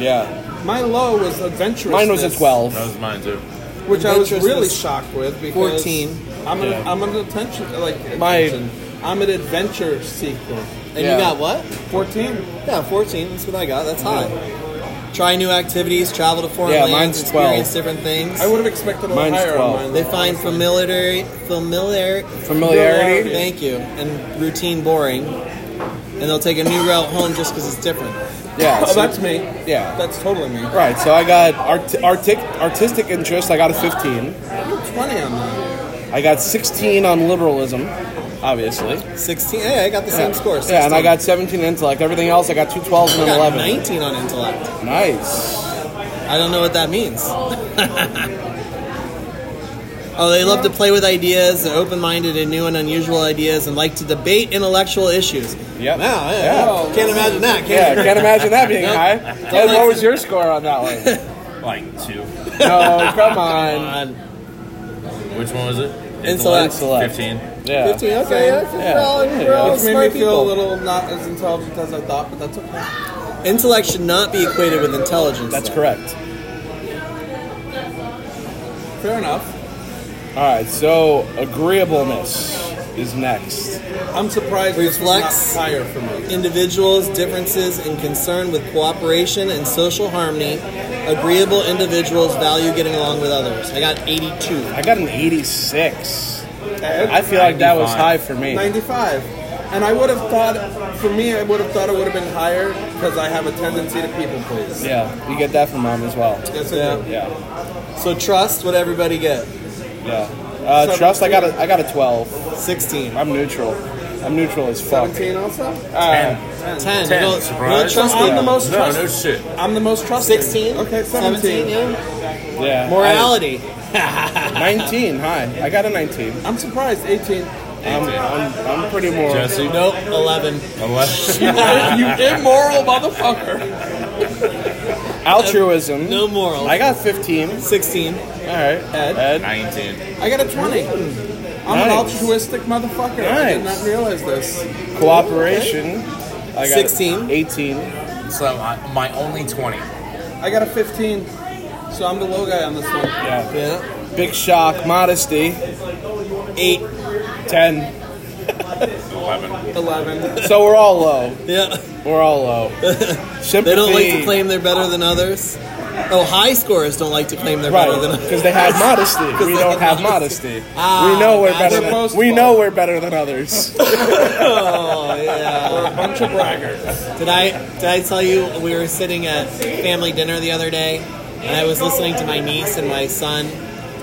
Speaker 3: Yeah.
Speaker 4: My low was adventurous.
Speaker 3: Mine was a 12.
Speaker 2: That was mine too.
Speaker 4: which I was
Speaker 1: Adventurousness.
Speaker 4: really shocked with because
Speaker 1: 14.
Speaker 4: I'm an
Speaker 3: Yeah.
Speaker 4: I'm an attention like
Speaker 3: My-
Speaker 4: attention. I'm an adventure seeker.
Speaker 1: And
Speaker 3: Yeah.
Speaker 1: you got what?
Speaker 4: 14.
Speaker 1: Yeah, 14. That's what I got. That's high. Try new activities, travel to foreign
Speaker 3: Yeah,
Speaker 1: lands,
Speaker 3: mine's 12.
Speaker 1: experience different things.
Speaker 4: I would have expected a lot
Speaker 3: Mine's
Speaker 4: higher
Speaker 3: 12.
Speaker 4: on mine.
Speaker 1: They find familiarity, familiar,
Speaker 3: Familiarity.
Speaker 1: thank you, and routine boring, and they'll take a new route home just because it's different.
Speaker 3: Yeah.
Speaker 4: Oh,
Speaker 3: so-
Speaker 4: that's me.
Speaker 3: Yeah.
Speaker 4: That's totally me.
Speaker 3: right. So I got art, artic, artistic interest. I got a 15.
Speaker 4: 20 on mine.
Speaker 3: I got 16 on liberalism, obviously.
Speaker 1: Sixteen. Hey, I got the same score. 16.
Speaker 3: Yeah, and I got 17 intellect. Everything else, I got two 12s
Speaker 1: I
Speaker 3: and an
Speaker 1: got
Speaker 3: 11.
Speaker 1: nineteen on intellect.
Speaker 3: Nice.
Speaker 1: I don't know what that means. Oh, they love to play with ideas. They're open-minded and new and unusual ideas, and like to debate intellectual issues.
Speaker 3: Yep.
Speaker 1: Wow, yeah,
Speaker 3: Yeah.
Speaker 1: can't imagine that. Can't
Speaker 3: Yeah, can't imagine that being
Speaker 1: Nope.
Speaker 3: high. Ed,
Speaker 1: like
Speaker 3: what was your score on that one?
Speaker 2: Like two.
Speaker 3: No, come on.
Speaker 1: imagine.
Speaker 2: Which one was it?
Speaker 1: Intellect.
Speaker 3: Intellect.
Speaker 2: 15.
Speaker 3: Yeah.
Speaker 1: Fifteen. Okay, yeah,
Speaker 3: Yeah.
Speaker 1: we're all, we're all
Speaker 4: Which made me
Speaker 1: smart
Speaker 4: feel
Speaker 1: people.
Speaker 4: a little not as intelligent as I thought, but that's okay.
Speaker 1: Intellect should not be equated with intelligence.
Speaker 3: That's
Speaker 1: though.
Speaker 3: correct.
Speaker 4: Fair enough.
Speaker 3: All right, so agreeableness is next.
Speaker 4: I'm surprised
Speaker 1: Reflex.
Speaker 4: this was not higher for me.
Speaker 1: individuals' differences and concern with cooperation and social harmony. Agreeable individuals value getting along with others. I got 82.
Speaker 3: I got an 86.
Speaker 4: Ed?
Speaker 3: I feel like that was
Speaker 2: 95.
Speaker 3: high for me.
Speaker 4: 95. And I would have thought, for me, I would have thought it would have been higher because I have a tendency to people please.
Speaker 3: Yeah, you get that from mom as well.
Speaker 4: Yes,
Speaker 1: Yeah.
Speaker 4: I do.
Speaker 3: Yeah,
Speaker 1: So trust, what everybody get?
Speaker 3: yeah. Uh, trust, I got a, I got a 12.
Speaker 1: 16.
Speaker 3: I'm neutral. I'm neutral as fuck.
Speaker 4: 17 also?
Speaker 3: Uh,
Speaker 1: 10.
Speaker 2: Ten.
Speaker 1: You'll-
Speaker 2: Surprise.
Speaker 1: you'll trust
Speaker 4: I'm
Speaker 1: me.
Speaker 4: the most
Speaker 2: no,
Speaker 4: trusted.
Speaker 2: no shit.
Speaker 4: I'm the most trusted.
Speaker 1: 16?
Speaker 4: Okay, 17.
Speaker 1: yeah.
Speaker 3: yeah.
Speaker 1: Morality.
Speaker 3: I- 19. Hi. I got a 19.
Speaker 4: I'm surprised. 18.
Speaker 3: I'm, I'm, I'm pretty moral.
Speaker 2: Jesse.
Speaker 1: Nope, 11.
Speaker 2: Unless
Speaker 4: you immoral motherfucker.
Speaker 3: Altruism.
Speaker 1: No moral.
Speaker 3: I got 15. All
Speaker 1: 16.
Speaker 3: right. Ed. Ed.
Speaker 2: 19.
Speaker 4: I got a 20. I'm an
Speaker 3: Nice.
Speaker 4: altruistic motherfucker. I did
Speaker 3: Nice.
Speaker 4: not realize this.
Speaker 3: Cooperation. I got
Speaker 1: 16.
Speaker 3: 18.
Speaker 2: So I, my only 20.
Speaker 4: I got a 15. So I'm the low guy on this one.
Speaker 3: Yeah.
Speaker 1: Yeah.
Speaker 3: Big shock. Modesty.
Speaker 1: 8.
Speaker 3: 10.
Speaker 2: 11.
Speaker 4: 11.
Speaker 3: So we're all low.
Speaker 1: Yeah.
Speaker 3: We're all low. Sympathy.
Speaker 1: They don't like to claim they're better than others. Oh, high scores don't like to claim they're
Speaker 3: Right,
Speaker 1: better than others.
Speaker 3: because they have modesty. We
Speaker 1: they
Speaker 3: don't
Speaker 1: have
Speaker 3: have modesty.
Speaker 1: Ah,
Speaker 3: we know we're
Speaker 1: gotcha.
Speaker 3: better.
Speaker 4: We're
Speaker 3: Than,
Speaker 4: boastful.
Speaker 3: we know we're better than others.
Speaker 1: Oh, yeah.
Speaker 4: A bunch of braggarts.
Speaker 1: Did I did I tell you we were sitting at family dinner the other day and I was listening to my niece and my son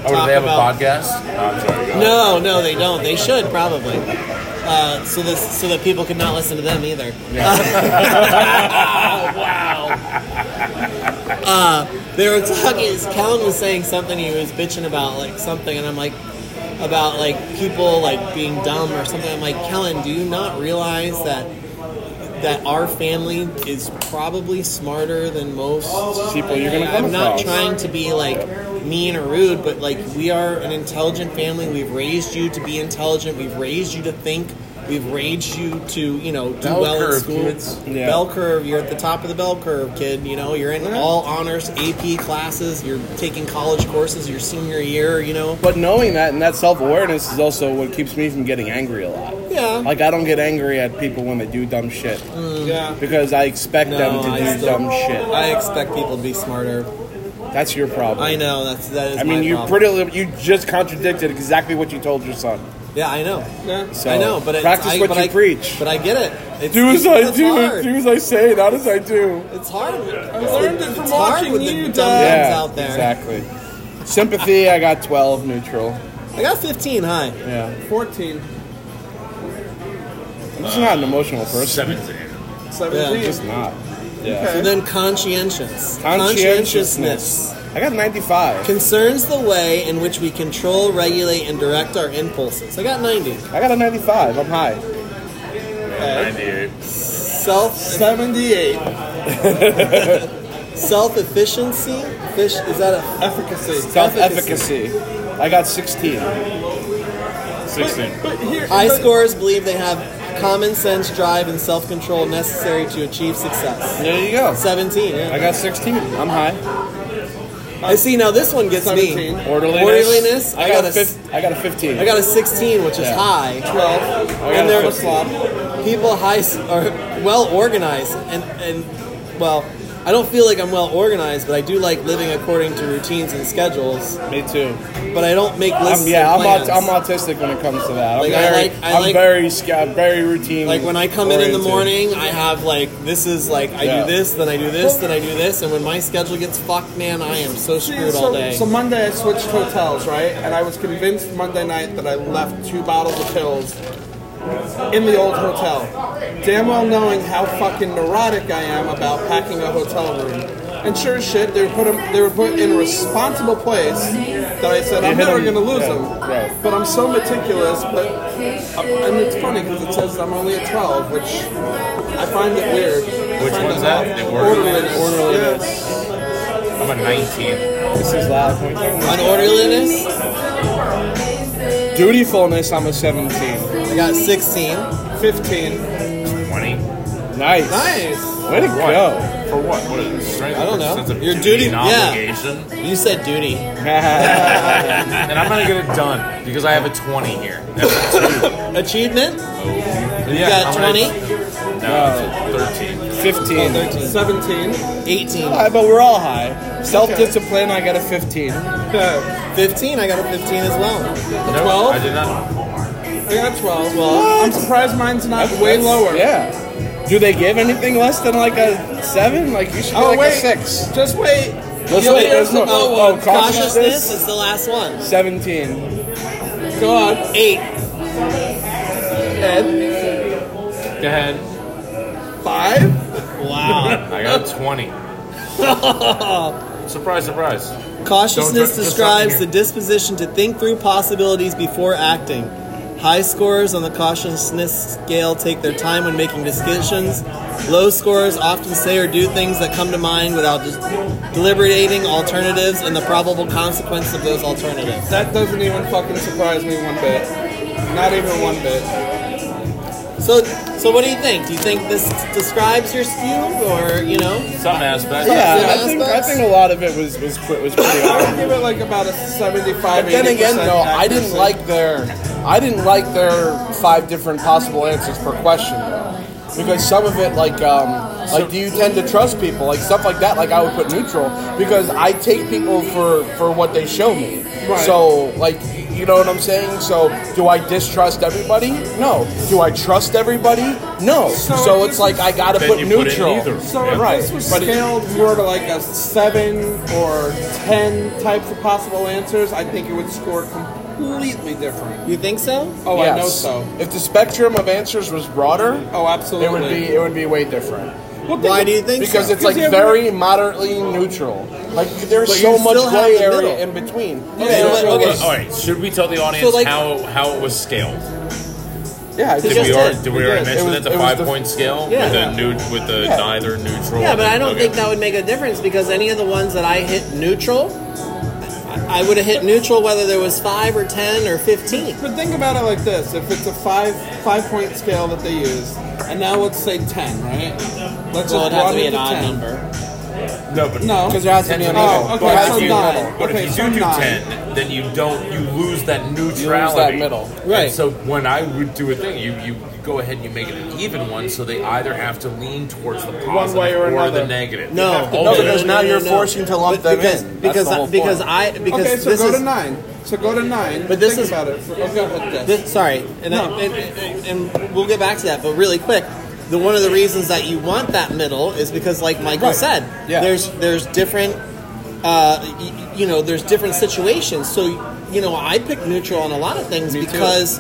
Speaker 2: Oh, do
Speaker 1: talk
Speaker 2: they have
Speaker 1: about
Speaker 2: a podcast? No, I'm sorry. go ahead.
Speaker 1: No, no, they don't. They should probably. Uh, so this, so that people could not listen to them either. wow. Uh, they were talking. Callan was saying something. He was bitching about like something, and I'm like, about like people like being dumb or something. I'm like, Kellen, do you not realize that that our family is probably smarter than most
Speaker 3: People, you're gonna come
Speaker 1: I'm not
Speaker 3: across.
Speaker 1: trying to be like mean or rude, but like we are an intelligent family. We've raised you to be intelligent. We've raised you to think. We've raised you to you know do
Speaker 2: Bell
Speaker 1: well
Speaker 2: curve,
Speaker 1: at school.
Speaker 2: kids.
Speaker 3: Yeah.
Speaker 1: Bell curve. You're at the top of the bell curve, kid. You know you're in all honors, AP classes. You're taking college courses your senior year. You know.
Speaker 3: But knowing that and that self awareness is also what keeps me from getting angry a lot.
Speaker 1: Yeah. Mm.
Speaker 3: Like I don't get angry at people when they do dumb shit
Speaker 4: Yeah.
Speaker 3: because I expect them
Speaker 1: No,
Speaker 3: to
Speaker 1: I
Speaker 3: do
Speaker 1: still-
Speaker 3: dumb shit.
Speaker 1: I expect people to be smarter.
Speaker 3: That's your problem.
Speaker 1: I know that's that is.
Speaker 3: I mean,
Speaker 1: my
Speaker 3: you
Speaker 1: problem.
Speaker 3: pretty li- you just contradicted exactly what you told your son.
Speaker 1: Yeah, I know.
Speaker 4: Yeah.
Speaker 3: So
Speaker 1: I know, Oh, but it's,
Speaker 3: practice
Speaker 1: I,
Speaker 3: what
Speaker 1: but
Speaker 3: you
Speaker 1: I,
Speaker 3: preach.
Speaker 1: But I get it. It's,
Speaker 3: do as
Speaker 1: it's-
Speaker 3: I
Speaker 1: it's
Speaker 3: do,
Speaker 1: hard.
Speaker 3: do as I say, not as I do.
Speaker 1: It's hard. I
Speaker 4: learned it from watching you,
Speaker 1: the
Speaker 4: Dad.
Speaker 1: dumb ones out there.
Speaker 3: exactly. Sympathy, I got twelve. Neutral.
Speaker 1: I got 15 high.
Speaker 3: Yeah,
Speaker 4: 14.
Speaker 3: I'm just not an emotional person.
Speaker 2: 17.
Speaker 4: 17.
Speaker 1: Yeah,
Speaker 3: Just not. Yeah.
Speaker 1: And then conscientious.
Speaker 3: Conscientiousness. I got 95.
Speaker 1: Concerns the way in which we control, regulate, and direct our impulses. I got 90.
Speaker 3: I got a 95. I'm high.
Speaker 2: 98.
Speaker 1: Self
Speaker 4: 78.
Speaker 1: self efficiency. Fish is that a
Speaker 4: Efficacy.
Speaker 3: Self efficacy. I got 16.
Speaker 2: 16.
Speaker 4: But here,
Speaker 1: high
Speaker 4: but-
Speaker 1: scorers believe they have common sense, drive, and self control necessary to achieve success.
Speaker 3: There you go.
Speaker 1: 17. Yeah.
Speaker 3: I got 16. I'm high.
Speaker 1: I see. Now this one gets
Speaker 4: 17.
Speaker 1: me.
Speaker 3: Orderliness.
Speaker 1: Orderliness, I
Speaker 3: I got,
Speaker 1: got
Speaker 3: a
Speaker 1: a s-
Speaker 3: fif- I got a 15.
Speaker 1: I got a 16, which is
Speaker 3: Yeah.
Speaker 1: high.
Speaker 4: 12.
Speaker 3: I got
Speaker 1: and
Speaker 3: a
Speaker 1: they're
Speaker 3: 15.
Speaker 1: people high are well organized and and well I don't feel like I'm well organized but I do like living according to routines and schedules
Speaker 3: Me too.
Speaker 1: but I don't make lists
Speaker 3: I'm, yeah,
Speaker 1: and
Speaker 3: I'm, aut-
Speaker 1: plans.
Speaker 3: I'm autistic when it comes to that. I'm
Speaker 1: Like, I
Speaker 3: very,
Speaker 1: like- I
Speaker 3: am
Speaker 1: like-
Speaker 3: very, sca- very routine.
Speaker 1: like when I come in in the
Speaker 3: oriented.
Speaker 1: morning I have like this is like I
Speaker 3: Yeah.
Speaker 1: do this then I do this then I do this and when my schedule gets fucked man I am so
Speaker 4: See,
Speaker 1: screwed
Speaker 4: so,
Speaker 1: all day
Speaker 4: so Monday I switched hotels, right? And I was convinced Monday night that I left two bottles of pills in the old hotel. Damn well knowing how fucking neurotic I am about packing a hotel room. And sure as shit, they were put, 'em- they were put in a responsible place that I said, I'm
Speaker 3: hit
Speaker 4: never
Speaker 3: 'em,
Speaker 4: going to lose
Speaker 3: yeah,
Speaker 4: them.
Speaker 3: right.
Speaker 4: But I'm so meticulous, but, and it's funny because it says I'm only a 12, which I find it weird.
Speaker 2: Which
Speaker 4: Find
Speaker 2: one's
Speaker 4: it
Speaker 2: that?
Speaker 4: odd.
Speaker 2: The
Speaker 4: Orderliness.
Speaker 2: orderliness.
Speaker 4: Yeah.
Speaker 2: I'm a 19.
Speaker 3: This is loud.
Speaker 1: on orderliness
Speaker 3: Dutifulness, I'm a 17.
Speaker 1: I got 16
Speaker 4: 15.
Speaker 2: 20.
Speaker 3: Nice.
Speaker 4: Nice.
Speaker 3: Way to
Speaker 2: What?
Speaker 3: go.
Speaker 2: For what? What is it? Strength?
Speaker 1: I don't know.
Speaker 2: Sense of
Speaker 1: Your duty-
Speaker 2: duty and
Speaker 1: yeah.
Speaker 2: obligation.
Speaker 1: you said duty
Speaker 2: And I'm gonna get it done because I have a 20 here. That's-
Speaker 1: achievement
Speaker 2: yeah,
Speaker 1: you got
Speaker 2: I'm
Speaker 1: 20
Speaker 2: gonna- No, it's 13.
Speaker 3: 15.
Speaker 4: 17.
Speaker 1: 18
Speaker 3: High, but we're all high. Self discipline, I got a 15.
Speaker 4: Yeah.
Speaker 1: 15 I got a 15 as well
Speaker 2: No,
Speaker 4: 12?
Speaker 2: I did not.
Speaker 4: I got 12. Well, I'm surprised mine's not way
Speaker 3: That's-
Speaker 4: lower.
Speaker 3: Yeah. Do they give anything less than like a seven? Like you should be
Speaker 4: Oh,
Speaker 3: like
Speaker 4: wait.
Speaker 3: a six.
Speaker 4: Just wait.
Speaker 3: Let's
Speaker 4: Yeah,
Speaker 3: wait,
Speaker 4: here's
Speaker 3: there's no-
Speaker 4: the low
Speaker 3: oh,
Speaker 4: one.
Speaker 1: consciousness is the last one
Speaker 3: Seventeen.
Speaker 4: God.
Speaker 1: Eight.
Speaker 4: Ed.
Speaker 2: Go ahead.
Speaker 4: Five?
Speaker 1: Wow.
Speaker 2: I got a 20. surprise, surprise.
Speaker 1: Cautiousness
Speaker 2: Don't- don't-
Speaker 1: describes
Speaker 2: just
Speaker 1: the
Speaker 2: something
Speaker 1: disposition to think through possibilities before acting. High scores on the cautiousness scale take their time when making decisions. Low scores often say or do things that come to mind without just deliberating alternatives and the probable consequence of those alternatives.
Speaker 4: That doesn't even fucking surprise me one bit. Not even one bit.
Speaker 1: So, so what do you think? Do you think this describes your skew, or you know?
Speaker 2: Some aspect.
Speaker 3: Yeah,
Speaker 1: Yeah,
Speaker 3: I think I
Speaker 1: that's-
Speaker 3: think a lot of it was was qu- was pretty.
Speaker 4: I
Speaker 3: obvious.
Speaker 4: would give it like about a 75,
Speaker 3: But then again,
Speaker 4: 80%
Speaker 3: though, I didn't
Speaker 4: accuracy.
Speaker 3: like their I didn't like their five different possible answers per question though. Because some of it, like, um, like, do you tend to trust people, like stuff like that? Like, I would put neutral because I take people for for what they show me.
Speaker 4: Right.
Speaker 3: So, like, you know what I'm saying? So, do I distrust everybody? No. Do I trust everybody? No. So,
Speaker 4: So
Speaker 3: it's
Speaker 4: if this
Speaker 3: like
Speaker 4: is-
Speaker 3: I gotta
Speaker 2: Then
Speaker 3: put
Speaker 2: you put in
Speaker 3: neutral.
Speaker 2: either.
Speaker 4: So
Speaker 2: Yeah.
Speaker 4: if
Speaker 3: Right,
Speaker 4: this was
Speaker 3: but it-
Speaker 4: scaled more to like a seven or ten types of possible answers, I think it would score completely different.
Speaker 1: You think so?
Speaker 4: Oh,
Speaker 3: yes.
Speaker 4: I know so.
Speaker 3: If the spectrum of answers was broader,
Speaker 4: Oh, absolutely.
Speaker 3: it would be it would be way different.
Speaker 4: Well, think
Speaker 1: Why
Speaker 4: of-
Speaker 1: do you think
Speaker 3: because
Speaker 1: so?
Speaker 3: it's like
Speaker 4: Because
Speaker 3: very moderately neutral. Like there's
Speaker 1: But
Speaker 3: so
Speaker 1: you
Speaker 3: much
Speaker 1: still have
Speaker 3: gray
Speaker 1: the
Speaker 3: area
Speaker 1: middle.
Speaker 3: in between.
Speaker 1: Okay,
Speaker 3: Yeah,
Speaker 1: but-
Speaker 3: so
Speaker 1: okay.
Speaker 3: it's-
Speaker 2: All right. Should we tell the audience
Speaker 1: like-
Speaker 2: how how it was scaled?
Speaker 3: Yeah, I
Speaker 1: Did
Speaker 2: Did
Speaker 3: just-
Speaker 2: we,
Speaker 1: Yes,
Speaker 2: already,
Speaker 1: it-
Speaker 2: did we
Speaker 3: it
Speaker 2: already
Speaker 3: is.
Speaker 2: mention
Speaker 3: It
Speaker 2: that's
Speaker 3: was-
Speaker 2: a
Speaker 3: it was
Speaker 2: five
Speaker 3: the-
Speaker 2: point scale
Speaker 1: Yeah.
Speaker 2: with the nu- with the
Speaker 3: Yeah.
Speaker 2: neither neutral?
Speaker 1: Yeah, but I don't
Speaker 2: okay.
Speaker 1: think that would make a difference because any of the ones that I hit neutral, I, I would have hit neutral whether there was five or ten or fifteen.
Speaker 4: But think about it like this: if it's a five five point scale that they use, and now let's say ten, right? Let's
Speaker 1: Well, it'd
Speaker 4: just
Speaker 1: have to
Speaker 4: broaden
Speaker 1: be
Speaker 4: it
Speaker 1: an
Speaker 4: to
Speaker 1: odd
Speaker 4: 10.
Speaker 1: number.
Speaker 2: No, but
Speaker 4: No,
Speaker 3: because there has to be a
Speaker 2: Ten's
Speaker 3: middle.
Speaker 2: a
Speaker 4: middle.
Speaker 3: There
Speaker 4: Okay,
Speaker 2: But,
Speaker 3: has
Speaker 4: so
Speaker 3: to be a
Speaker 4: nine.
Speaker 3: middle.
Speaker 2: but
Speaker 4: Okay,
Speaker 2: if you
Speaker 4: so
Speaker 2: do do
Speaker 4: nine.
Speaker 2: ten, then you don't you lose that neutrality.
Speaker 3: middle.
Speaker 1: Right.
Speaker 2: And so when I would do a thing, you you go ahead and you make it an even one, so they either have to lean towards the positive
Speaker 4: way or another.
Speaker 2: the negative.
Speaker 1: No.
Speaker 2: You have to
Speaker 1: No,
Speaker 3: No,
Speaker 2: do it.
Speaker 3: because now
Speaker 1: no,
Speaker 3: you're
Speaker 1: no.
Speaker 3: forcing to lump
Speaker 1: But
Speaker 3: them
Speaker 1: because,
Speaker 3: in. That's
Speaker 1: Because
Speaker 3: the whole
Speaker 1: I, because
Speaker 3: point.
Speaker 1: I because
Speaker 4: okay, so
Speaker 1: this
Speaker 4: go
Speaker 1: is
Speaker 4: to nine. So go to nine.
Speaker 1: But this
Speaker 4: think
Speaker 1: is-
Speaker 4: about it. For, okay, with this.
Speaker 1: This, sorry, and, I-
Speaker 4: No.
Speaker 1: and, and, and we'll get back to that, but really quick, the one of the reasons that you want that middle is because, like Michael
Speaker 3: Right.
Speaker 1: said,
Speaker 3: Yeah.
Speaker 1: there's there's different, uh, y- y- you know, there's different situations. So you know, I pick neutral on a lot of things
Speaker 3: Me too.
Speaker 1: because.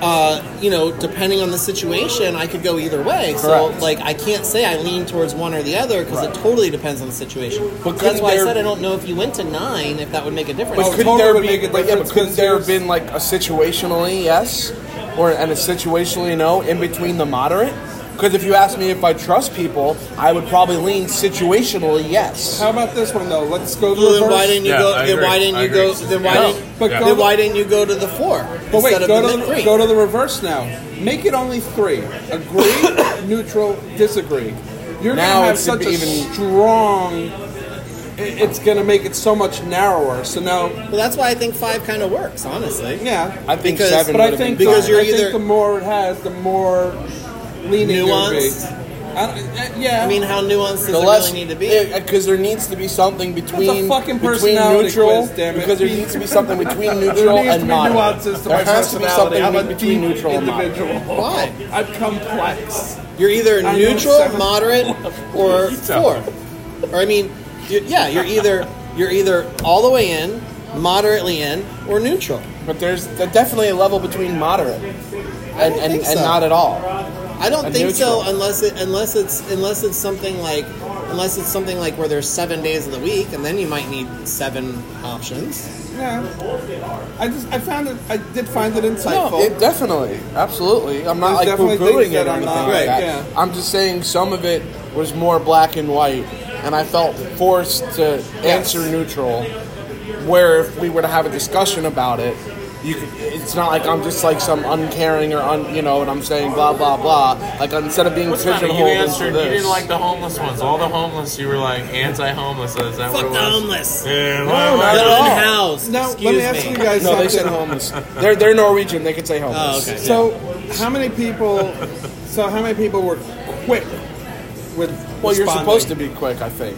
Speaker 1: Uh, you know, depending on the situation, I could go either way. So,
Speaker 3: Correct.
Speaker 1: like, I can't say I lean towards one or the other because it totally depends on the situation.
Speaker 3: But
Speaker 1: So that's
Speaker 3: couldn't
Speaker 1: why I
Speaker 3: there-
Speaker 1: said I don't know if you went to nine if that would make a difference.
Speaker 3: But
Speaker 4: Oh,
Speaker 3: couldn't
Speaker 4: totally
Speaker 3: there
Speaker 4: would
Speaker 3: be?
Speaker 4: make a
Speaker 3: But yeah, but
Speaker 4: difference
Speaker 3: couldn't
Speaker 4: because
Speaker 3: there have
Speaker 4: there's-
Speaker 3: been like a situationally yes, or and a situationally no in between the moderate? Because if you ask me if I trust people, I would probably lean situationally yes.
Speaker 4: How about this one though? Let's go to
Speaker 1: Well,
Speaker 4: reverse.
Speaker 1: then why didn't you
Speaker 2: Yeah,
Speaker 1: go?
Speaker 2: I
Speaker 1: Then
Speaker 2: agree.
Speaker 1: why didn't
Speaker 2: I
Speaker 1: you
Speaker 2: agree.
Speaker 1: go?
Speaker 2: It's just-
Speaker 1: Then why
Speaker 2: No.
Speaker 1: didn't?
Speaker 4: But go
Speaker 1: then
Speaker 4: to-
Speaker 1: why didn't you go to the four
Speaker 4: But wait,
Speaker 1: instead of
Speaker 4: go
Speaker 1: the
Speaker 4: to
Speaker 1: mid
Speaker 4: the,
Speaker 1: three?
Speaker 4: go to the reverse now. Make it only three: agree, neutral, disagree. You're
Speaker 3: Now
Speaker 4: gonna have
Speaker 3: it's
Speaker 4: such a
Speaker 3: even-
Speaker 4: strong. i- It's gonna make it so much narrower. So now,
Speaker 1: well, that's why I think five kind of works, honestly.
Speaker 4: yeah,
Speaker 3: I think
Speaker 1: Because-
Speaker 3: seven
Speaker 4: but I
Speaker 3: would have been
Speaker 4: think
Speaker 3: fine.
Speaker 1: because
Speaker 4: the,
Speaker 1: you're
Speaker 4: I think
Speaker 1: either-
Speaker 4: the more it has, the more leaning
Speaker 1: Nuanced?
Speaker 4: You'll be. I don't- uh, yeah,
Speaker 1: I mean, how nuanced does
Speaker 3: the
Speaker 1: it
Speaker 3: less
Speaker 1: really need to be?
Speaker 3: because there needs to be something between
Speaker 4: fucking
Speaker 3: between
Speaker 4: personality
Speaker 3: neutral
Speaker 4: quiz, damn it.
Speaker 3: because there needs to be something between neutral
Speaker 4: There needs to
Speaker 3: and
Speaker 4: be
Speaker 3: moderate.
Speaker 4: nuances to
Speaker 3: there
Speaker 4: my
Speaker 3: has to be
Speaker 4: personality.
Speaker 3: something
Speaker 4: I'm a
Speaker 3: between
Speaker 4: deep
Speaker 3: neutral and moderate.
Speaker 4: individual.
Speaker 1: Why?
Speaker 4: I'm complex.
Speaker 1: You're either
Speaker 4: I know
Speaker 1: neutral,
Speaker 4: seven-
Speaker 1: moderate, or four. Or I mean, you yeah, you're either you're either all the way in, moderately in, or neutral.
Speaker 3: But there's definitely a level between moderate and and,
Speaker 1: think
Speaker 3: and
Speaker 1: so.
Speaker 3: not at all.
Speaker 1: I don't
Speaker 3: And
Speaker 1: think so
Speaker 3: neutral.
Speaker 1: unless it unless it's unless it's something like unless it's something like where there's seven days of the week, and then you might need seven options.
Speaker 4: Yeah, I just I found it. I did find it insightful.
Speaker 3: No, it definitely, absolutely. I'm not
Speaker 4: There's
Speaker 3: like
Speaker 4: definitely
Speaker 3: poo-pooing
Speaker 4: things
Speaker 3: it
Speaker 4: that
Speaker 3: or
Speaker 4: are
Speaker 3: anything
Speaker 4: not-
Speaker 3: like
Speaker 1: Right,
Speaker 3: that.
Speaker 4: yeah.
Speaker 3: I'm just saying some of it was more black and white, and I felt forced to answer neutral. Where if we were to have a discussion about it, you could, it's not like I'm just like some uncaring or un, you know, and I'm saying blah blah blah. Like instead of being
Speaker 2: What's funny,
Speaker 3: pigeonholed
Speaker 2: you
Speaker 3: into
Speaker 2: answered you
Speaker 3: this,
Speaker 2: didn't like the homeless ones. All the homeless, you were like anti-homeless. Is that what it
Speaker 1: Fuck
Speaker 2: was?
Speaker 1: the homeless.
Speaker 2: Yeah,
Speaker 3: No,
Speaker 2: why-
Speaker 3: not
Speaker 1: The
Speaker 3: at all.
Speaker 2: why-
Speaker 1: unhoused.
Speaker 4: Now,
Speaker 1: Excuse
Speaker 4: let me ask
Speaker 1: me.
Speaker 4: you guys
Speaker 3: no,
Speaker 4: something.
Speaker 3: they said homeless. they're they're Norwegian. They could say
Speaker 1: Oh,
Speaker 3: homeless.
Speaker 1: okay.
Speaker 4: So, how many people? So, how many people were quick with?
Speaker 3: Well, you're
Speaker 4: responding?
Speaker 3: supposed to be quick, I think.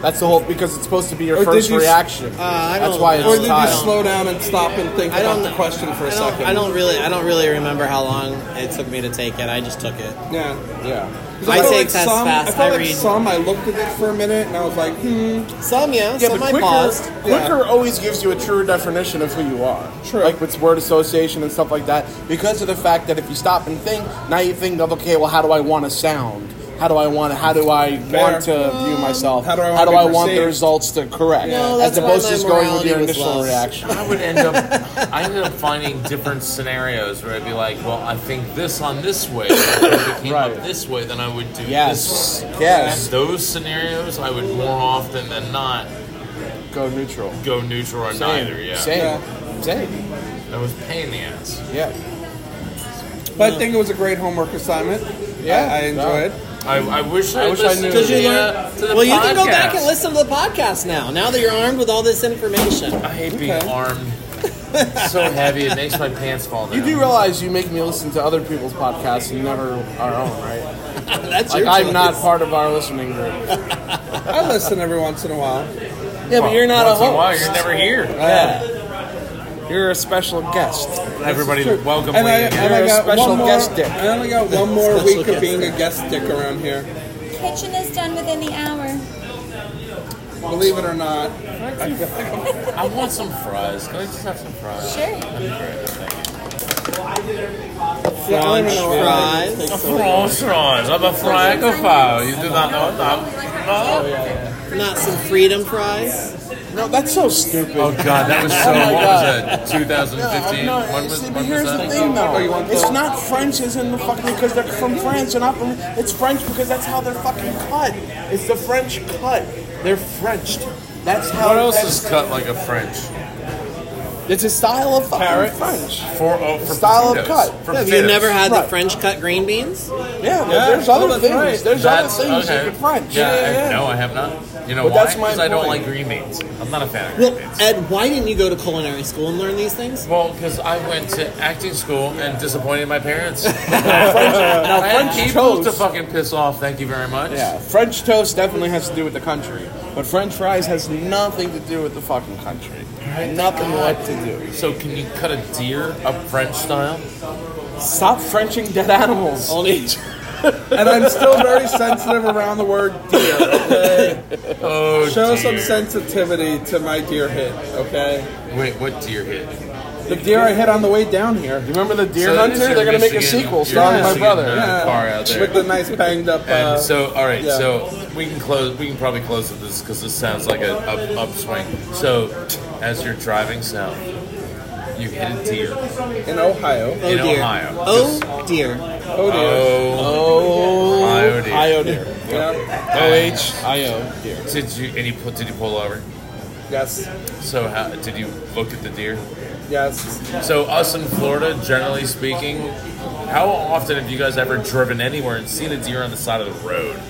Speaker 3: That's the whole because it's supposed to be your
Speaker 4: Or did
Speaker 3: first
Speaker 4: you s-
Speaker 3: reaction.
Speaker 1: Uh, I
Speaker 3: That's
Speaker 1: don't-
Speaker 3: why
Speaker 4: Or
Speaker 1: Or
Speaker 3: it's
Speaker 4: did
Speaker 1: I
Speaker 4: you
Speaker 1: don't-
Speaker 3: tied.
Speaker 4: slow down and stop and think
Speaker 1: I
Speaker 4: about
Speaker 1: don't
Speaker 4: the question for a
Speaker 1: I don't-
Speaker 4: second?
Speaker 1: I don't really I don't really remember how long it took me to take it. I just took it.
Speaker 4: Yeah.
Speaker 3: Yeah.
Speaker 4: 'Cause
Speaker 1: I
Speaker 4: felt
Speaker 1: take
Speaker 4: like
Speaker 1: tests
Speaker 4: some,
Speaker 1: fast,
Speaker 4: I felt
Speaker 1: I
Speaker 4: like
Speaker 1: read.
Speaker 4: some. I looked at it for a minute and I was like, hmm.
Speaker 1: Some yeah,
Speaker 3: Yeah,
Speaker 1: some
Speaker 3: but
Speaker 1: I
Speaker 3: quicker,
Speaker 1: paused.
Speaker 3: quicker always gives you a truer definition of who you are.
Speaker 4: True.
Speaker 3: Like with word association and stuff like that, because of the fact that if you stop and think, now you think of okay, well, how do I want to sound? How do I want? How do I want to view myself?
Speaker 4: Um, How do I wanna be
Speaker 3: want the
Speaker 4: perceived?
Speaker 3: results to correct?
Speaker 1: No,
Speaker 3: As
Speaker 1: that's why
Speaker 3: opposed
Speaker 1: my
Speaker 3: to just going with your
Speaker 1: morality was
Speaker 3: initial
Speaker 1: lost.
Speaker 3: reaction.
Speaker 2: I would end up. I ended up finding different scenarios where I'd be like, "Well, I think this on this way. If it came
Speaker 3: Right.
Speaker 2: up this way, then I would do
Speaker 3: Yes.
Speaker 2: this."
Speaker 3: Yes.
Speaker 2: And those scenarios, I would more often than not
Speaker 3: Go neutral.
Speaker 2: go neutral or neither. Yeah,
Speaker 3: Same.
Speaker 4: Yeah.
Speaker 3: Same.
Speaker 2: that was a pain in the ass.
Speaker 3: Yeah.
Speaker 4: But I think it was a great homework assignment.
Speaker 3: Yeah.
Speaker 4: I, I enjoyed.
Speaker 2: I, I wish I,
Speaker 3: wish I
Speaker 2: listened
Speaker 3: knew.
Speaker 2: To
Speaker 1: Did you
Speaker 2: the,
Speaker 1: learn?
Speaker 2: uh, to the
Speaker 1: well, you can go back
Speaker 2: podcast.
Speaker 1: and listen to the podcast now. Now that you're armed with all this information,
Speaker 2: I hate being
Speaker 4: Okay.
Speaker 2: armed. It's so heavy, it makes my pants fall down.
Speaker 3: You do realize you make me listen to other people's podcasts and never our own, right?
Speaker 1: that's
Speaker 3: Like
Speaker 1: your
Speaker 3: I'm
Speaker 1: choice.
Speaker 3: not part of our listening group.
Speaker 4: I listen every once in a while.
Speaker 3: Yeah, but you're not
Speaker 2: Once
Speaker 3: a
Speaker 2: in a while,
Speaker 3: host.
Speaker 2: you're never here.
Speaker 3: Yeah. You're a special guest.
Speaker 2: Everybody, welcome.
Speaker 4: And I,
Speaker 2: Lady.
Speaker 4: and I
Speaker 3: You're a
Speaker 4: got
Speaker 3: special
Speaker 4: one more,
Speaker 3: guest dick.
Speaker 4: I only got one more
Speaker 1: Special
Speaker 4: week
Speaker 1: guest
Speaker 4: of being a guest dick around here.
Speaker 5: Kitchen is done within the hour.
Speaker 4: Believe it or not.
Speaker 2: I want some fries. Can I just have some fries?
Speaker 5: Sure.
Speaker 4: Yeah, I don't even know why I
Speaker 1: fries.
Speaker 4: didn't take some.
Speaker 2: French fries. I'm a francophile. You do not know that. No.
Speaker 1: not some freedom fries.
Speaker 3: No, that's so stupid.
Speaker 2: Oh God, that was so.
Speaker 3: Oh, my
Speaker 2: what
Speaker 3: God.
Speaker 2: was that? 2015.
Speaker 3: No,
Speaker 2: when was,
Speaker 3: see, but
Speaker 2: when
Speaker 3: here's
Speaker 2: was that?
Speaker 3: the thing, though.
Speaker 4: Oh, you want
Speaker 3: it's
Speaker 4: the-
Speaker 3: not French as in the fucking because they're from France. They're not from. It's French because that's how they're fucking cut. It's the French cut. They're Frenched. That's how.
Speaker 2: What else
Speaker 3: that's-
Speaker 2: is cut like a French?
Speaker 3: It's a style of fucking
Speaker 4: Carrots.
Speaker 3: French.
Speaker 2: For oh, for
Speaker 3: Style of
Speaker 2: potatoes.
Speaker 3: cut.
Speaker 2: For
Speaker 1: Have you
Speaker 2: potatoes.
Speaker 1: never had
Speaker 3: Right.
Speaker 1: the French cut green beans?
Speaker 3: Yeah, but
Speaker 4: Yeah,
Speaker 3: there's
Speaker 4: well,
Speaker 3: other
Speaker 4: that's
Speaker 3: things.
Speaker 4: right.
Speaker 3: There's
Speaker 2: That's
Speaker 3: other things
Speaker 2: okay.
Speaker 3: you can French.
Speaker 2: Yeah,
Speaker 3: yeah,
Speaker 2: I,
Speaker 3: yeah.
Speaker 2: no, I have not. You know
Speaker 3: But
Speaker 2: why?
Speaker 3: that's my
Speaker 2: Because I don't
Speaker 3: point.
Speaker 2: like green beans. I'm not a fan of green
Speaker 1: Well,
Speaker 2: beans.
Speaker 1: Ed, why didn't you go to culinary school and learn these things?
Speaker 2: Well, because I went to acting school and disappointed my parents.
Speaker 3: Now
Speaker 2: I had
Speaker 3: French
Speaker 2: people
Speaker 3: toast.
Speaker 2: to fucking piss off. Thank you very much.
Speaker 3: Yeah, French toast definitely has to do with the country, but French fries has nothing to do with the fucking country. Nothing what to do.
Speaker 2: So can you cut a deer up French style?
Speaker 3: Stop Frenching dead animals.
Speaker 1: Only
Speaker 4: And I'm still very sensitive around the word deer. Okay?
Speaker 2: Oh, dear.
Speaker 4: Show some sensitivity to my deer hit, okay?
Speaker 2: Wait, what deer hit?
Speaker 3: Uh,
Speaker 4: The deer I hit on the way down here.
Speaker 3: You remember the Deer
Speaker 2: So
Speaker 3: Hunter?
Speaker 2: this is
Speaker 3: They're gonna make a
Speaker 2: Michigan-
Speaker 3: sequel
Speaker 2: you're
Speaker 3: starring my
Speaker 2: Michigan,
Speaker 3: brother.
Speaker 2: uh, Car out there.
Speaker 4: With the nice banged up.
Speaker 2: And
Speaker 4: Uh,
Speaker 2: so, all right,
Speaker 4: yeah.
Speaker 2: so we can close. We can probably close with this because this sounds like a up, upswing. So, as you're driving south, you hit a deer.
Speaker 4: in Ohio.
Speaker 1: oh
Speaker 2: In
Speaker 1: dear.
Speaker 2: Ohio.
Speaker 1: Oh dear.
Speaker 4: Oh dear.
Speaker 2: Oh,
Speaker 3: Oh,
Speaker 2: Io Deer.
Speaker 3: Io Deer.
Speaker 4: Yeah.
Speaker 3: O H I O Deer.
Speaker 2: did you? And you put? Did you pull over?
Speaker 4: Yes.
Speaker 2: So, how did you look at the deer?
Speaker 4: Yes.
Speaker 2: So, us in Florida, generally speaking, how often have you guys ever driven anywhere and seen a deer on the side of the road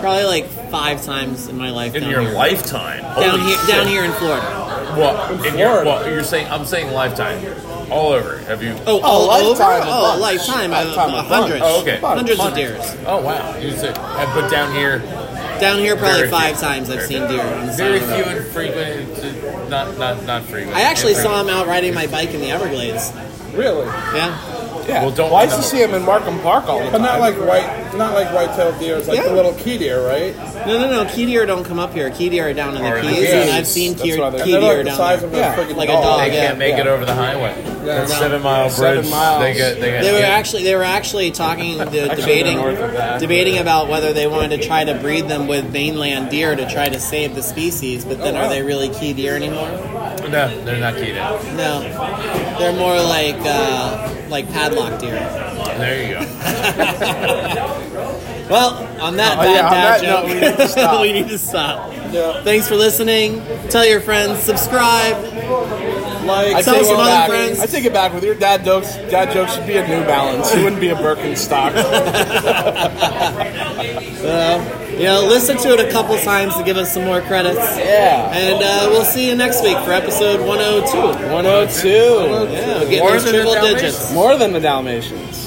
Speaker 1: Probably like five times in my life.
Speaker 2: in
Speaker 1: down
Speaker 2: your
Speaker 1: here.
Speaker 2: lifetime?
Speaker 1: Down
Speaker 2: Holy
Speaker 1: here,
Speaker 2: shit.
Speaker 1: down here in Florida.
Speaker 2: Well, in your,
Speaker 4: Florida.
Speaker 2: well, you're saying I'm saying lifetime, all over. Have you?
Speaker 1: Oh, all
Speaker 3: lifetime,
Speaker 1: Over?
Speaker 3: a
Speaker 1: Oh,
Speaker 3: bunch.
Speaker 1: lifetime. I-
Speaker 3: Lifetime, a
Speaker 1: uh,
Speaker 3: bunch.
Speaker 1: hundreds.
Speaker 2: Oh, okay.
Speaker 1: Hundreds of
Speaker 2: Bunch.
Speaker 1: deers.
Speaker 2: Oh wow! You said, and- but down here,
Speaker 1: Down here, probably
Speaker 2: Very
Speaker 1: five
Speaker 2: few.
Speaker 1: times I've
Speaker 2: Very
Speaker 1: seen
Speaker 2: few.
Speaker 1: deer on the side
Speaker 2: very
Speaker 1: of the
Speaker 2: few
Speaker 1: road.
Speaker 2: and frequent. Not not not frequent.
Speaker 1: I actually saw
Speaker 2: Infrequent.
Speaker 1: him out riding my bike in the Everglades.
Speaker 4: Really.
Speaker 1: Yeah.
Speaker 3: Yeah.
Speaker 2: Well, don't
Speaker 3: Why
Speaker 2: let
Speaker 3: does he
Speaker 2: them-
Speaker 3: see him in Markham Park all the
Speaker 4: But
Speaker 3: time?
Speaker 4: not like white, not like white-tailed deer. It's like
Speaker 1: Yeah.
Speaker 4: the little key deer, right?
Speaker 1: No, no, no. Key deer don't come up here. Key deer are down in
Speaker 2: Or
Speaker 1: the
Speaker 2: in the
Speaker 1: Keys,
Speaker 4: Keys.
Speaker 1: and I've seen
Speaker 3: That's
Speaker 1: key,
Speaker 3: why they're-
Speaker 1: key
Speaker 4: And they're
Speaker 1: deer
Speaker 4: like the
Speaker 1: down
Speaker 4: size
Speaker 1: there.
Speaker 4: of a
Speaker 3: Yeah,
Speaker 4: freaking
Speaker 1: like a
Speaker 4: dog.
Speaker 1: dog.
Speaker 2: They
Speaker 1: Yeah.
Speaker 2: can't make it over the highway.
Speaker 4: Yeah,
Speaker 2: That
Speaker 4: no.
Speaker 2: seven mile bridge.
Speaker 3: Seven miles.
Speaker 2: They get they get.
Speaker 1: They were actually they were actually talking the, debating
Speaker 3: north of that.
Speaker 1: debating about whether they wanted to try to breed them with mainland deer to try to save the species, but then
Speaker 4: wow.
Speaker 1: are they really key deer anymore?
Speaker 2: no, they're not keyed out.
Speaker 1: No, they're more like uh, like padlock deer.
Speaker 2: There you go.
Speaker 1: Well, on that
Speaker 3: Oh,
Speaker 1: bad
Speaker 3: yeah, on
Speaker 1: dad
Speaker 3: that note,
Speaker 1: joke,
Speaker 3: we need to stop.
Speaker 1: we need to stop.
Speaker 4: Yeah.
Speaker 1: Thanks for listening. Tell your friends. Subscribe.
Speaker 4: Like.
Speaker 3: I
Speaker 1: Tell
Speaker 3: take
Speaker 1: some
Speaker 3: it
Speaker 1: other
Speaker 3: back.
Speaker 1: friends.
Speaker 3: I take it back. With your dad jokes, dad jokes should be a New Balance. He wouldn't be a Birkenstock.
Speaker 1: You know, listen to it a couple times to give us some more credits.
Speaker 3: yeah.
Speaker 1: And uh, we'll see you next week for episode 102. Yeah,
Speaker 3: 102.
Speaker 1: getting
Speaker 2: More
Speaker 1: those
Speaker 2: than the
Speaker 1: triple
Speaker 2: Dalmatians.
Speaker 1: digits.
Speaker 3: More oh than the Dalmatians.